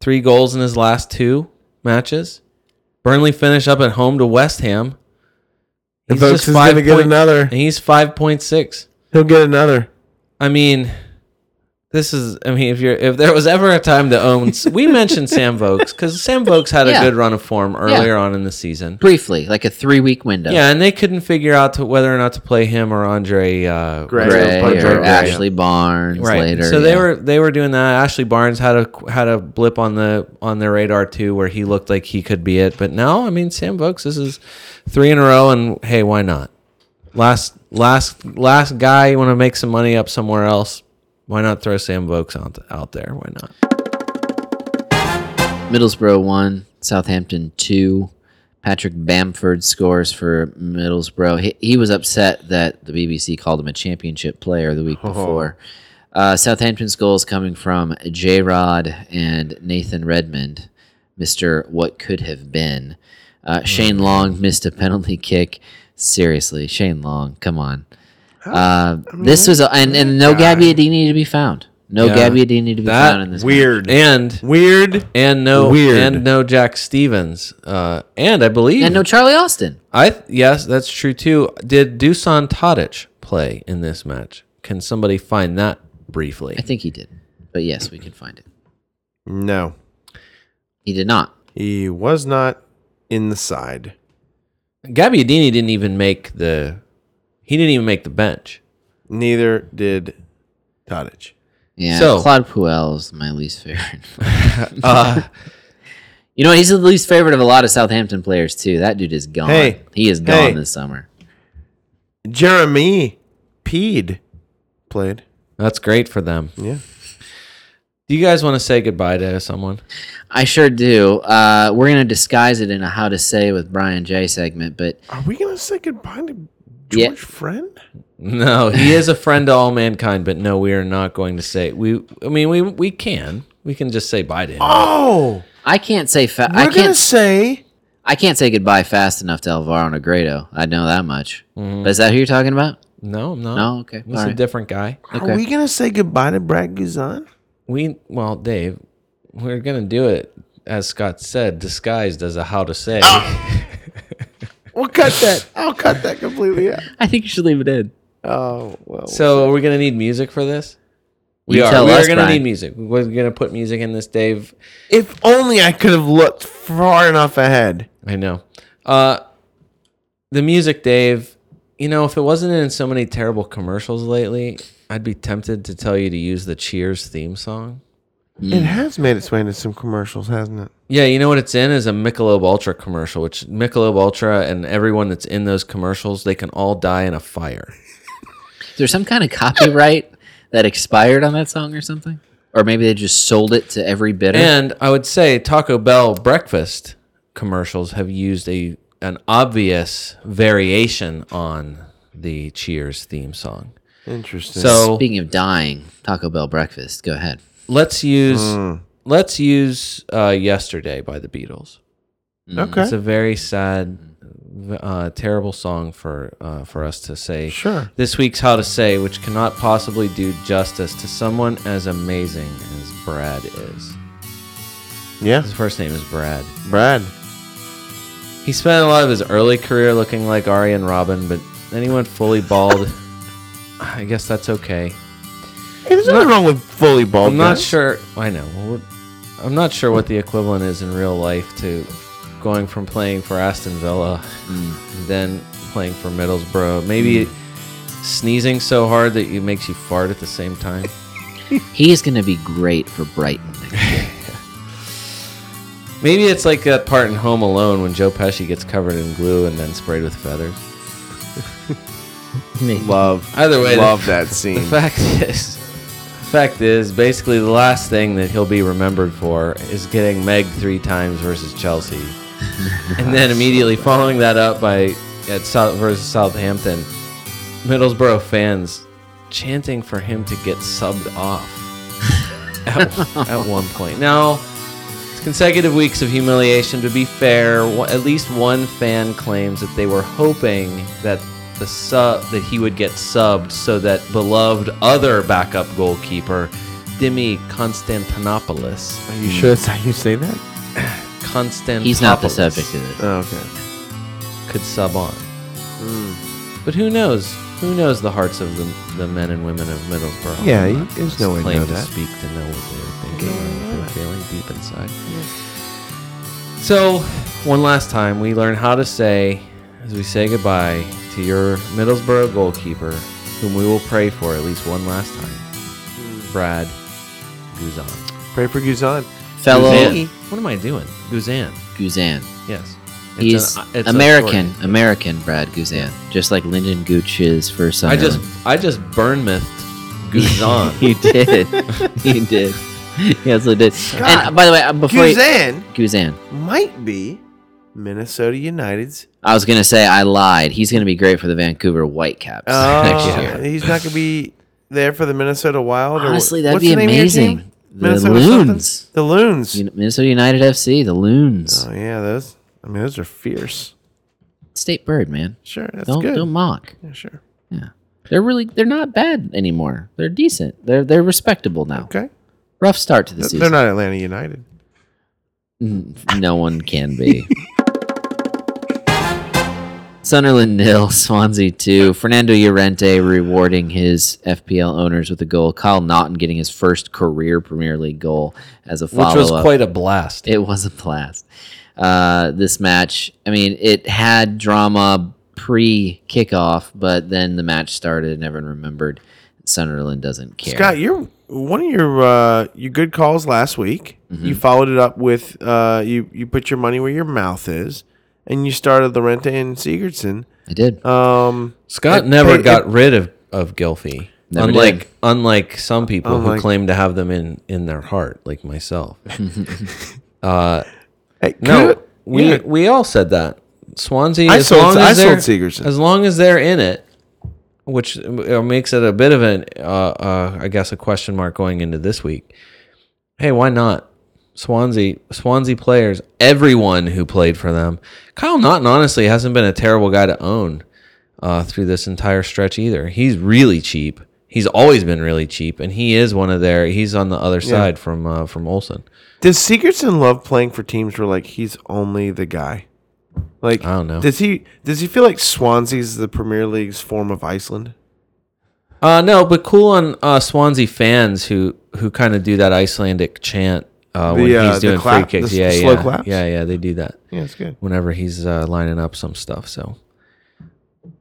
Speaker 4: three goals in his last two matches. Burnley finish up at home to West Ham.
Speaker 3: And
Speaker 4: He's
Speaker 3: Vokes
Speaker 4: just
Speaker 3: is going to
Speaker 4: five
Speaker 3: get
Speaker 4: point-
Speaker 3: another.
Speaker 4: And he's 5.6.
Speaker 3: He'll get another.
Speaker 4: I mean, this is. I mean, if you're if there was ever a time to own, we mentioned Sam Vokes because Sam Vokes had
Speaker 2: Yeah.
Speaker 4: a good run of form earlier on in the season.
Speaker 2: Briefly, like a three week window.
Speaker 4: Yeah, and they couldn't figure out to, whether or not to play him or Andre uh,
Speaker 3: Gray.
Speaker 2: Gray
Speaker 3: Andre
Speaker 2: or
Speaker 3: Gray.
Speaker 2: Ashley Barnes
Speaker 4: Right.
Speaker 2: later.
Speaker 4: so they
Speaker 2: yeah.
Speaker 4: were they were doing that. Ashley Barnes had a had a blip on the on their radar too, where he looked like he could be it. But now, I mean, Sam Vokes, this is three in a row, and hey, why not? Last last last guy, you want to make some money up somewhere else? Why not throw Sam Vokes out, out there? Why not?
Speaker 2: Middlesbrough one, Southampton two. Patrick Bamford scores for Middlesbrough. He, he was upset that the BBC called him a championship player the
Speaker 4: Oh.
Speaker 2: week before. Uh, Southampton's goals coming from J. Rod and Nathan Redmond, Mister What Could Have Been.
Speaker 4: Hmm.
Speaker 2: Uh, Shane Long missed a penalty kick. Seriously, Shane Long, come on. Uh, this was a, and, and no Gabbiadini to be found. No
Speaker 4: Yeah.
Speaker 2: Gabbiadini to be
Speaker 4: That
Speaker 2: found in this.
Speaker 3: Weird.
Speaker 4: And
Speaker 3: Weird.
Speaker 4: and no
Speaker 3: Weird.
Speaker 4: and no Jack Stevens. Uh, and I believe
Speaker 2: and no Charlie Austin.
Speaker 4: I yes, that's true too. Did Dusan Tadic play in this match? Can somebody find that briefly?
Speaker 2: I think he did. But yes, we can find it.
Speaker 3: No.
Speaker 2: He did not.
Speaker 3: He was not in the side.
Speaker 4: Gabbiadini didn't even make the he didn't even make the bench.
Speaker 3: Neither did Tadic.
Speaker 2: Yeah.
Speaker 4: So- Uh,
Speaker 2: Claude Puel is my least
Speaker 4: *laughs*
Speaker 2: favorite. *laughs* you know, he's the least favorite of a lot of Southampton players too. That dude is gone.
Speaker 3: Hey.
Speaker 2: he is gone
Speaker 3: Hey.
Speaker 2: this summer.
Speaker 3: Jeremy Peed played.
Speaker 4: That's great for them.
Speaker 3: Yeah.
Speaker 4: Do you guys want to say goodbye to someone? *laughs*
Speaker 2: I sure do. Uh, we're gonna disguise it in a how to say with Brian J segment, but
Speaker 3: Are we going to say goodbye to George
Speaker 2: Yeah.
Speaker 3: Friend?
Speaker 4: No, he is a friend to all mankind, but no, we are not going to say we I mean we we can. We can just say bye to him.
Speaker 3: Oh,
Speaker 2: I can't say fa-
Speaker 3: we're
Speaker 2: I
Speaker 3: going to
Speaker 2: can't
Speaker 3: say
Speaker 2: I can't say goodbye fast enough to Alvaro Negredo. I know that much.
Speaker 4: Mm-hmm.
Speaker 2: But is that who you're talking about?
Speaker 4: No, I'm not.
Speaker 2: No, okay.
Speaker 4: He's
Speaker 2: All
Speaker 4: a
Speaker 2: right.
Speaker 4: different guy.
Speaker 2: Okay.
Speaker 3: Are we going to say goodbye to Brad Guzan?
Speaker 4: We well, Dave, we're gonna do it as Scott said, disguised as a how to say.
Speaker 3: We'll cut that. I'll cut that completely out.
Speaker 2: I think you should leave it in.
Speaker 3: Oh, well.
Speaker 4: So are we gonna need music for this? We
Speaker 2: You
Speaker 4: are.
Speaker 2: tell
Speaker 4: we
Speaker 2: us,
Speaker 4: are gonna
Speaker 2: Brian.
Speaker 4: need music. We're gonna put music in this, Dave.
Speaker 3: If only I could have looked far enough ahead.
Speaker 4: I know. Uh, the music, Dave. You know, if it wasn't in so many terrible commercials lately, I'd be tempted to tell you to use the Cheers theme song.
Speaker 3: It has made its way into some commercials, hasn't it?
Speaker 4: Yeah, you know what it's in is a Michelob Ultra commercial, which Michelob Ultra and everyone that's in those commercials, they can all die in a fire.
Speaker 2: Is there some kind of copyright that expired on that song or something? or maybe they just sold it to every bidder.
Speaker 4: And I would say Taco Bell breakfast commercials have used a an obvious variation on the Cheers theme song.
Speaker 3: Interesting.
Speaker 4: So
Speaker 2: Speaking of dying, Taco Bell breakfast. Go ahead.
Speaker 4: let's use
Speaker 3: Hmm.
Speaker 4: let's use uh, "Yesterday" by the Beatles.
Speaker 3: okay.
Speaker 4: It's a very sad, uh, terrible song for uh, for us to say.
Speaker 3: Sure.
Speaker 4: This week's how to say, which cannot possibly do justice to someone as amazing as Brad is.
Speaker 3: yeah.
Speaker 4: His first name is Brad.
Speaker 3: Brad.
Speaker 4: He spent a lot of his early career looking like Ari and Robin, but then he went fully bald. *sighs* I guess that's okay.
Speaker 3: Hey, there's nothing wrong with fully bald.
Speaker 4: I'm not
Speaker 3: guys.
Speaker 4: sure. I know. Well, we're- I'm not sure what the equivalent is in real life to going from playing for Aston Villa
Speaker 3: Hmm.
Speaker 4: and then playing for Middlesbrough. Maybe sneezing so hard that it makes you fart at the same time.
Speaker 2: He's going to be great for Brighton. next year.
Speaker 4: Maybe it's like that part in Home Alone when Joe Pesci gets covered in glue and then sprayed
Speaker 3: *laughs*
Speaker 4: with feathers.
Speaker 3: Love.
Speaker 4: Either way, the-
Speaker 3: love that scene.
Speaker 4: The fact *laughs* is, fact is, basically the last thing that he'll be remembered for is getting Meg three times versus Chelsea, and then immediately following that up by at South versus Southampton, Middlesbrough fans chanting for him to get subbed off at, at one point. Now. it's Consecutive weeks of humiliation. To be fair, wh- at least one fan claims that they were hoping that the sub that he would get subbed, so that beloved other backup goalkeeper, Dimi Konstantinopoulos,
Speaker 3: Are you sure that's how you say that?
Speaker 4: Constantopoulos,
Speaker 2: He's not the subject of this.
Speaker 3: Oh, okay.
Speaker 4: could sub on.
Speaker 3: Hmm.
Speaker 4: But who knows? Who knows the hearts of the, the men and women of Middlesbrough?
Speaker 3: Yeah,
Speaker 4: I'm
Speaker 3: you-
Speaker 4: not
Speaker 3: there's no way to
Speaker 4: claim
Speaker 3: know that.
Speaker 4: speak to know what they're thinking or what they're feeling deep inside. So, one last time, we learn how to say, as we say goodbye to your Middlesbrough goalkeeper, whom we will pray for at least one last time,
Speaker 3: Hmm.
Speaker 4: Brad Guzan.
Speaker 3: Pray for Guzan.
Speaker 2: Fellow
Speaker 4: Guzan. What am I doing? Guzan.
Speaker 2: Guzan.
Speaker 4: Yes. It's
Speaker 2: He's
Speaker 4: an- uh, it's a
Speaker 2: American,
Speaker 4: short-
Speaker 2: American Brad Guzan, just like Lyndon Gooch is for some.
Speaker 4: I just I just burn mythed *laughs* Guzan.
Speaker 2: you did, you did, he also did. And by the way, uh, before you-
Speaker 3: Guzan
Speaker 2: Guzan,
Speaker 3: might be Minnesota United's.
Speaker 2: I was gonna say I lied. He's gonna be great for the Vancouver Whitecaps next
Speaker 3: Oh,
Speaker 2: year.
Speaker 3: he's not going to be there for the Minnesota Wild. Or
Speaker 2: Honestly,
Speaker 3: wh-
Speaker 2: that'd
Speaker 3: what's
Speaker 2: be
Speaker 3: the name of your
Speaker 2: amazing.
Speaker 3: team?
Speaker 2: The
Speaker 3: Minnesota something?
Speaker 2: Loons.
Speaker 3: The Loons.
Speaker 2: You know, Minnesota United FC, the Loons,
Speaker 3: Oh yeah, those. I mean, those are fierce.
Speaker 2: state bird, man.
Speaker 3: Sure, that's
Speaker 2: Don't
Speaker 3: good.
Speaker 2: don't mock.
Speaker 3: Yeah, sure.
Speaker 2: Yeah, they're really they're not bad anymore. They're decent. They're they're respectable now.
Speaker 3: Okay.
Speaker 2: Rough start to the
Speaker 3: Th-
Speaker 2: season.
Speaker 3: They're not Atlanta United.
Speaker 2: No one
Speaker 3: *laughs*
Speaker 2: can be. Sunderland nil, Swansea two. Fernando Llorente rewarding his FPL owners with a goal. Kyle Naughton getting his first career Premier League goal as a follow
Speaker 4: Which
Speaker 2: up.
Speaker 4: was quite a blast.
Speaker 2: It was a blast. Uh, this match, I mean, it had drama pre kickoff, but then the match started and everyone remembered Sunderland doesn't care.
Speaker 3: Scott, you're one of your uh, your good calls last week.
Speaker 2: Mm-hmm.
Speaker 3: You followed it up with uh, you you put your money where your mouth is, and you started Lorente and Sigurdsson.
Speaker 2: I did.
Speaker 3: Um,
Speaker 4: Scott
Speaker 3: It
Speaker 4: never
Speaker 3: pay-
Speaker 4: got rid of of Gilfy.
Speaker 2: Never
Speaker 4: unlike
Speaker 2: did.
Speaker 4: unlike some people who
Speaker 3: Unlike-
Speaker 4: claim to have them in in their heart, like myself. uh,
Speaker 3: hey,
Speaker 4: no,
Speaker 3: could-
Speaker 4: we
Speaker 3: yeah.
Speaker 4: we all said that Swansea.
Speaker 3: I
Speaker 4: as
Speaker 3: sold-
Speaker 4: long
Speaker 3: I
Speaker 4: as
Speaker 3: sold
Speaker 4: they're-
Speaker 3: Sigurdsson.
Speaker 4: As long as they're in it, which uh, makes it a bit of an uh, uh, I guess a question mark going into this week. Hey, why not? Swansea, Swansea players, everyone who played for them. Kyle Naughton honestly hasn't been a terrible guy to own uh, through this entire stretch either. He's really cheap. He's always been really cheap, and he is one of their. He's on the other side from uh, from Olsen.
Speaker 3: Does Sigurdsson love playing for teams where like he's only the guy? Like
Speaker 4: I don't know.
Speaker 3: Does he does he feel like Swansea's the Premier League's form of Iceland?
Speaker 4: Uh, no, but cool on uh, Swansea fans who who kind of do that Icelandic chant uh,
Speaker 3: The,
Speaker 4: when
Speaker 3: uh,
Speaker 4: he's
Speaker 3: the
Speaker 4: doing
Speaker 3: clap-
Speaker 4: free kicks.
Speaker 3: the
Speaker 4: yeah,
Speaker 3: s-
Speaker 4: yeah,
Speaker 3: slow claps?
Speaker 4: yeah, yeah. They do that
Speaker 3: Yeah, it's good.
Speaker 4: whenever he's uh, lining up some stuff. So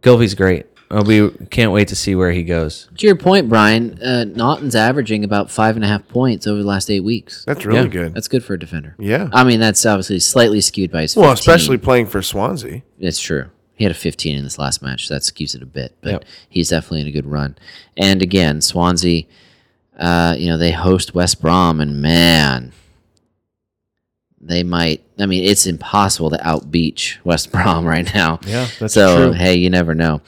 Speaker 4: Gilvey's great. I'll be can't wait to see where he goes.
Speaker 2: to your point, Brian, uh, Naughton's averaging about five and a half points over the last eight weeks.
Speaker 3: That's really
Speaker 4: Yeah.
Speaker 3: good.
Speaker 2: That's good for a defender.
Speaker 3: yeah.
Speaker 2: I mean, that's obviously slightly skewed by his.
Speaker 3: well,
Speaker 2: 15.
Speaker 3: especially playing for Swansea.
Speaker 2: it's true. He had a 15 in this last match. So that skews it a bit, but
Speaker 4: Yep.
Speaker 2: he's definitely in a good run. And again, Swansea Uh, you know, they host West Brom, and man, they might. I mean, it's impossible to outbeach West Brom *laughs* right now.
Speaker 4: Yeah, that's
Speaker 2: so
Speaker 4: true.
Speaker 2: hey, you never know.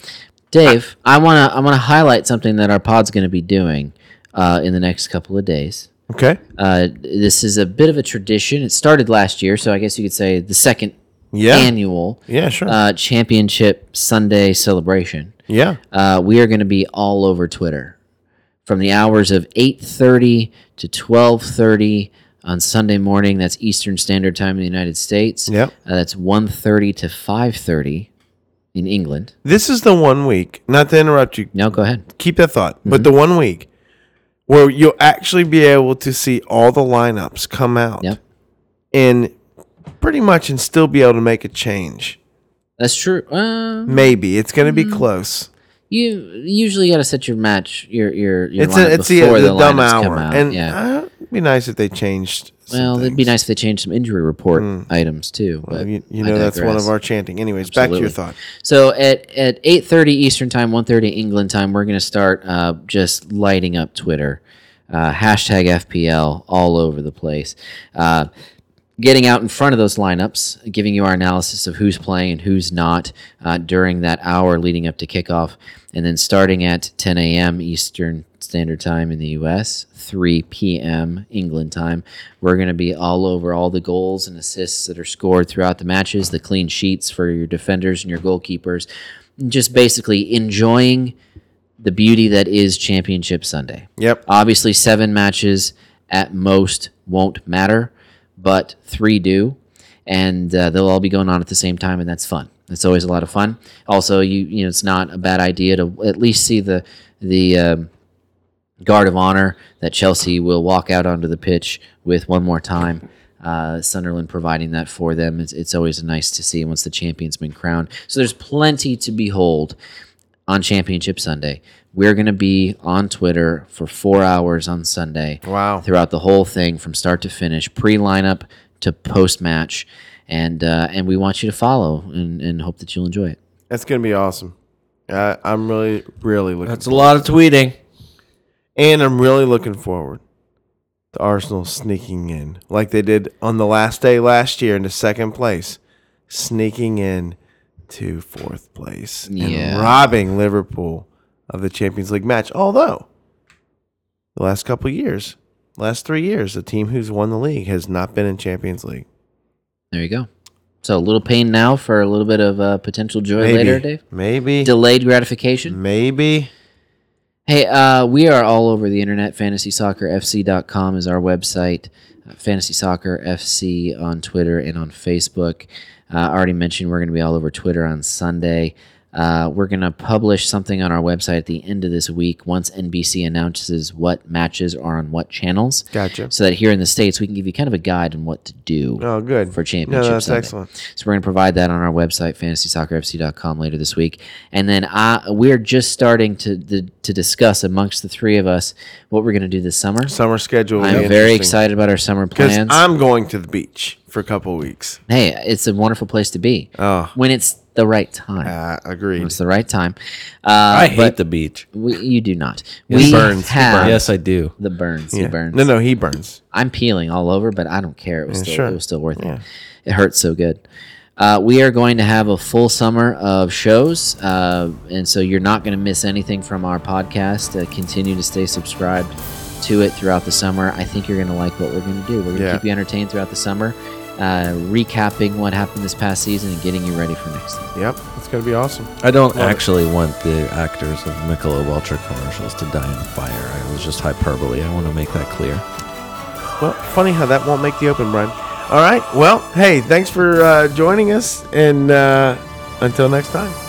Speaker 2: Dave, I wanna I wanna highlight something that our pod's gonna be doing uh, in the next couple of days.
Speaker 3: Okay.
Speaker 2: Uh, this is a bit of a tradition. It started last year, so I guess you could say the second
Speaker 3: Yeah.
Speaker 2: annual
Speaker 3: yeah. Sure.
Speaker 2: uh, championship Sunday celebration.
Speaker 3: yeah.
Speaker 2: Uh, we are going to be all over Twitter from the hours of 8:30 to 12:30 on Sunday morning. That's Eastern Standard Time in the United States.
Speaker 3: Yep.
Speaker 2: Uh, that's 1:30 to 5:30 in England.
Speaker 3: This is the one week. Not to interrupt you.
Speaker 2: No, go ahead.
Speaker 3: Keep that thought. But the one week where you'll actually be able to see all the lineups come out.
Speaker 2: Yep.
Speaker 3: And pretty much, and still be able to make a change.
Speaker 2: That's true. Uh,
Speaker 3: Maybe it's going to be close.
Speaker 2: you usually got to set your match, your your your
Speaker 3: It's
Speaker 2: lineup
Speaker 3: a, it's the,
Speaker 2: before
Speaker 3: the,
Speaker 2: the,
Speaker 3: dumb
Speaker 2: lineups
Speaker 3: hour,
Speaker 2: come out.
Speaker 3: and
Speaker 2: yeah.
Speaker 3: uh, it'd be nice if they changed. some
Speaker 2: Well, it'd be
Speaker 3: things. Hmm.
Speaker 2: nice if they changed some injury report items too. But
Speaker 3: You, you
Speaker 2: I
Speaker 3: know, that's one
Speaker 2: digress.
Speaker 3: of our chanting. Anyways, back to your
Speaker 2: Absolutely.
Speaker 3: thought.
Speaker 2: So at at eight thirty Eastern time, one thirty England time, we're going to start uh, just lighting up Twitter, uh, hashtag FPL all over the place, uh, getting out in front of those lineups, giving you our analysis of who's playing and who's not uh, during that hour leading up to kickoff, and then starting at ten a.m. Eastern Standard Time in the U.S., three p.m. England time, we're going to be all over all the goals and assists that are scored throughout the matches, the clean sheets for your defenders and your goalkeepers. Just basically enjoying the beauty that is Championship Sunday.
Speaker 3: Yep.
Speaker 2: Obviously, seven matches at most won't matter, but three do, and uh, they'll all be going on at the same time, and that's fun. It's always a lot of fun. Also, you you know, it's not a bad idea to at least see the the um, guard of honor that Chelsea will walk out onto the pitch with one more time. Uh, Sunderland providing that for them. It's, it's always nice to see once the champion's been crowned. So there's plenty to behold on Championship Sunday. We're going to be on Twitter for four hours on Sunday.
Speaker 3: Wow.
Speaker 2: Throughout the whole thing, from start to finish, pre lineup to post match, and uh, and we want you to follow and, and hope that you'll enjoy it.
Speaker 3: That's going to be awesome. Uh, I'm really, really looking.
Speaker 4: That's a lot of tweeting.
Speaker 3: and I'm really looking forward to Arsenal sneaking in, like they did on the last day last year into second place, sneaking in to fourth place
Speaker 2: Yeah.
Speaker 3: and robbing Liverpool of the Champions League match. Although the last couple of years, last three years, the team who's won the league has not been in Champions League.
Speaker 2: There you go. So a little pain now for a little bit of uh, potential joy
Speaker 3: Maybe,
Speaker 2: later, Dave.
Speaker 3: Maybe.
Speaker 2: Delayed gratification.
Speaker 3: Mm-hmm. Maybe.
Speaker 2: Hey, uh, we are all over the internet. FantasySoccerFC.com is our website. Uh, Fantasy Soccer FC on Twitter and on Facebook. Uh, I already mentioned we're going to be all over Twitter on Sunday. Uh, we're going to publish something on our website at the end of this week once NBC announces what matches are on what channels.
Speaker 3: Gotcha.
Speaker 2: So that here in the States, we can give you kind of a guide on what to do
Speaker 3: Oh, good.
Speaker 2: for
Speaker 3: No,
Speaker 2: championship
Speaker 3: that's
Speaker 2: Sunday.
Speaker 3: excellent.
Speaker 2: So we're going to provide that on our website, fantasysoccerfc.com, later this week. And then I, we're just starting to, to to discuss amongst the three of us what we're going to do this summer.
Speaker 3: Summer schedule. will be
Speaker 2: I'm very
Speaker 3: interesting.
Speaker 2: excited about our summer
Speaker 3: because
Speaker 2: plans.
Speaker 3: I'm going to the beach for a couple of weeks.
Speaker 2: hey, it's a wonderful place to be
Speaker 3: Oh,
Speaker 2: when it's the right time.
Speaker 3: uh,
Speaker 2: When
Speaker 3: agreed.
Speaker 2: it's the right time. Uh,
Speaker 4: I hate
Speaker 2: but
Speaker 4: the beach.
Speaker 2: we, you do not. we
Speaker 3: burns. It
Speaker 2: have
Speaker 4: yes, I do.
Speaker 2: the burns. The
Speaker 3: Yeah.
Speaker 2: burns.
Speaker 3: No, no, he burns.
Speaker 2: I'm peeling all over, but I don't care. It was still
Speaker 3: sure.
Speaker 2: it was still worth it. It hurts so good. Uh, we are going to have a full summer of shows, uh, and so you're not going to miss anything from our podcast. Uh, continue to stay subscribed to it throughout the summer. I think you're going to like what we're going to do. We're going to
Speaker 3: Yeah.
Speaker 2: keep you entertained throughout the summer, uh, recapping what happened this past season and getting you ready for next season.
Speaker 3: Yep, it's gonna be awesome.
Speaker 4: I don't
Speaker 3: Love it.
Speaker 4: actually want the actors of Michelob Ultra commercials to die in a fire. It was just hyperbole. I want to make that clear.
Speaker 3: Well, funny how that won't make the open, Brian. All right. Well, hey, thanks for uh, joining us, and uh, until next time.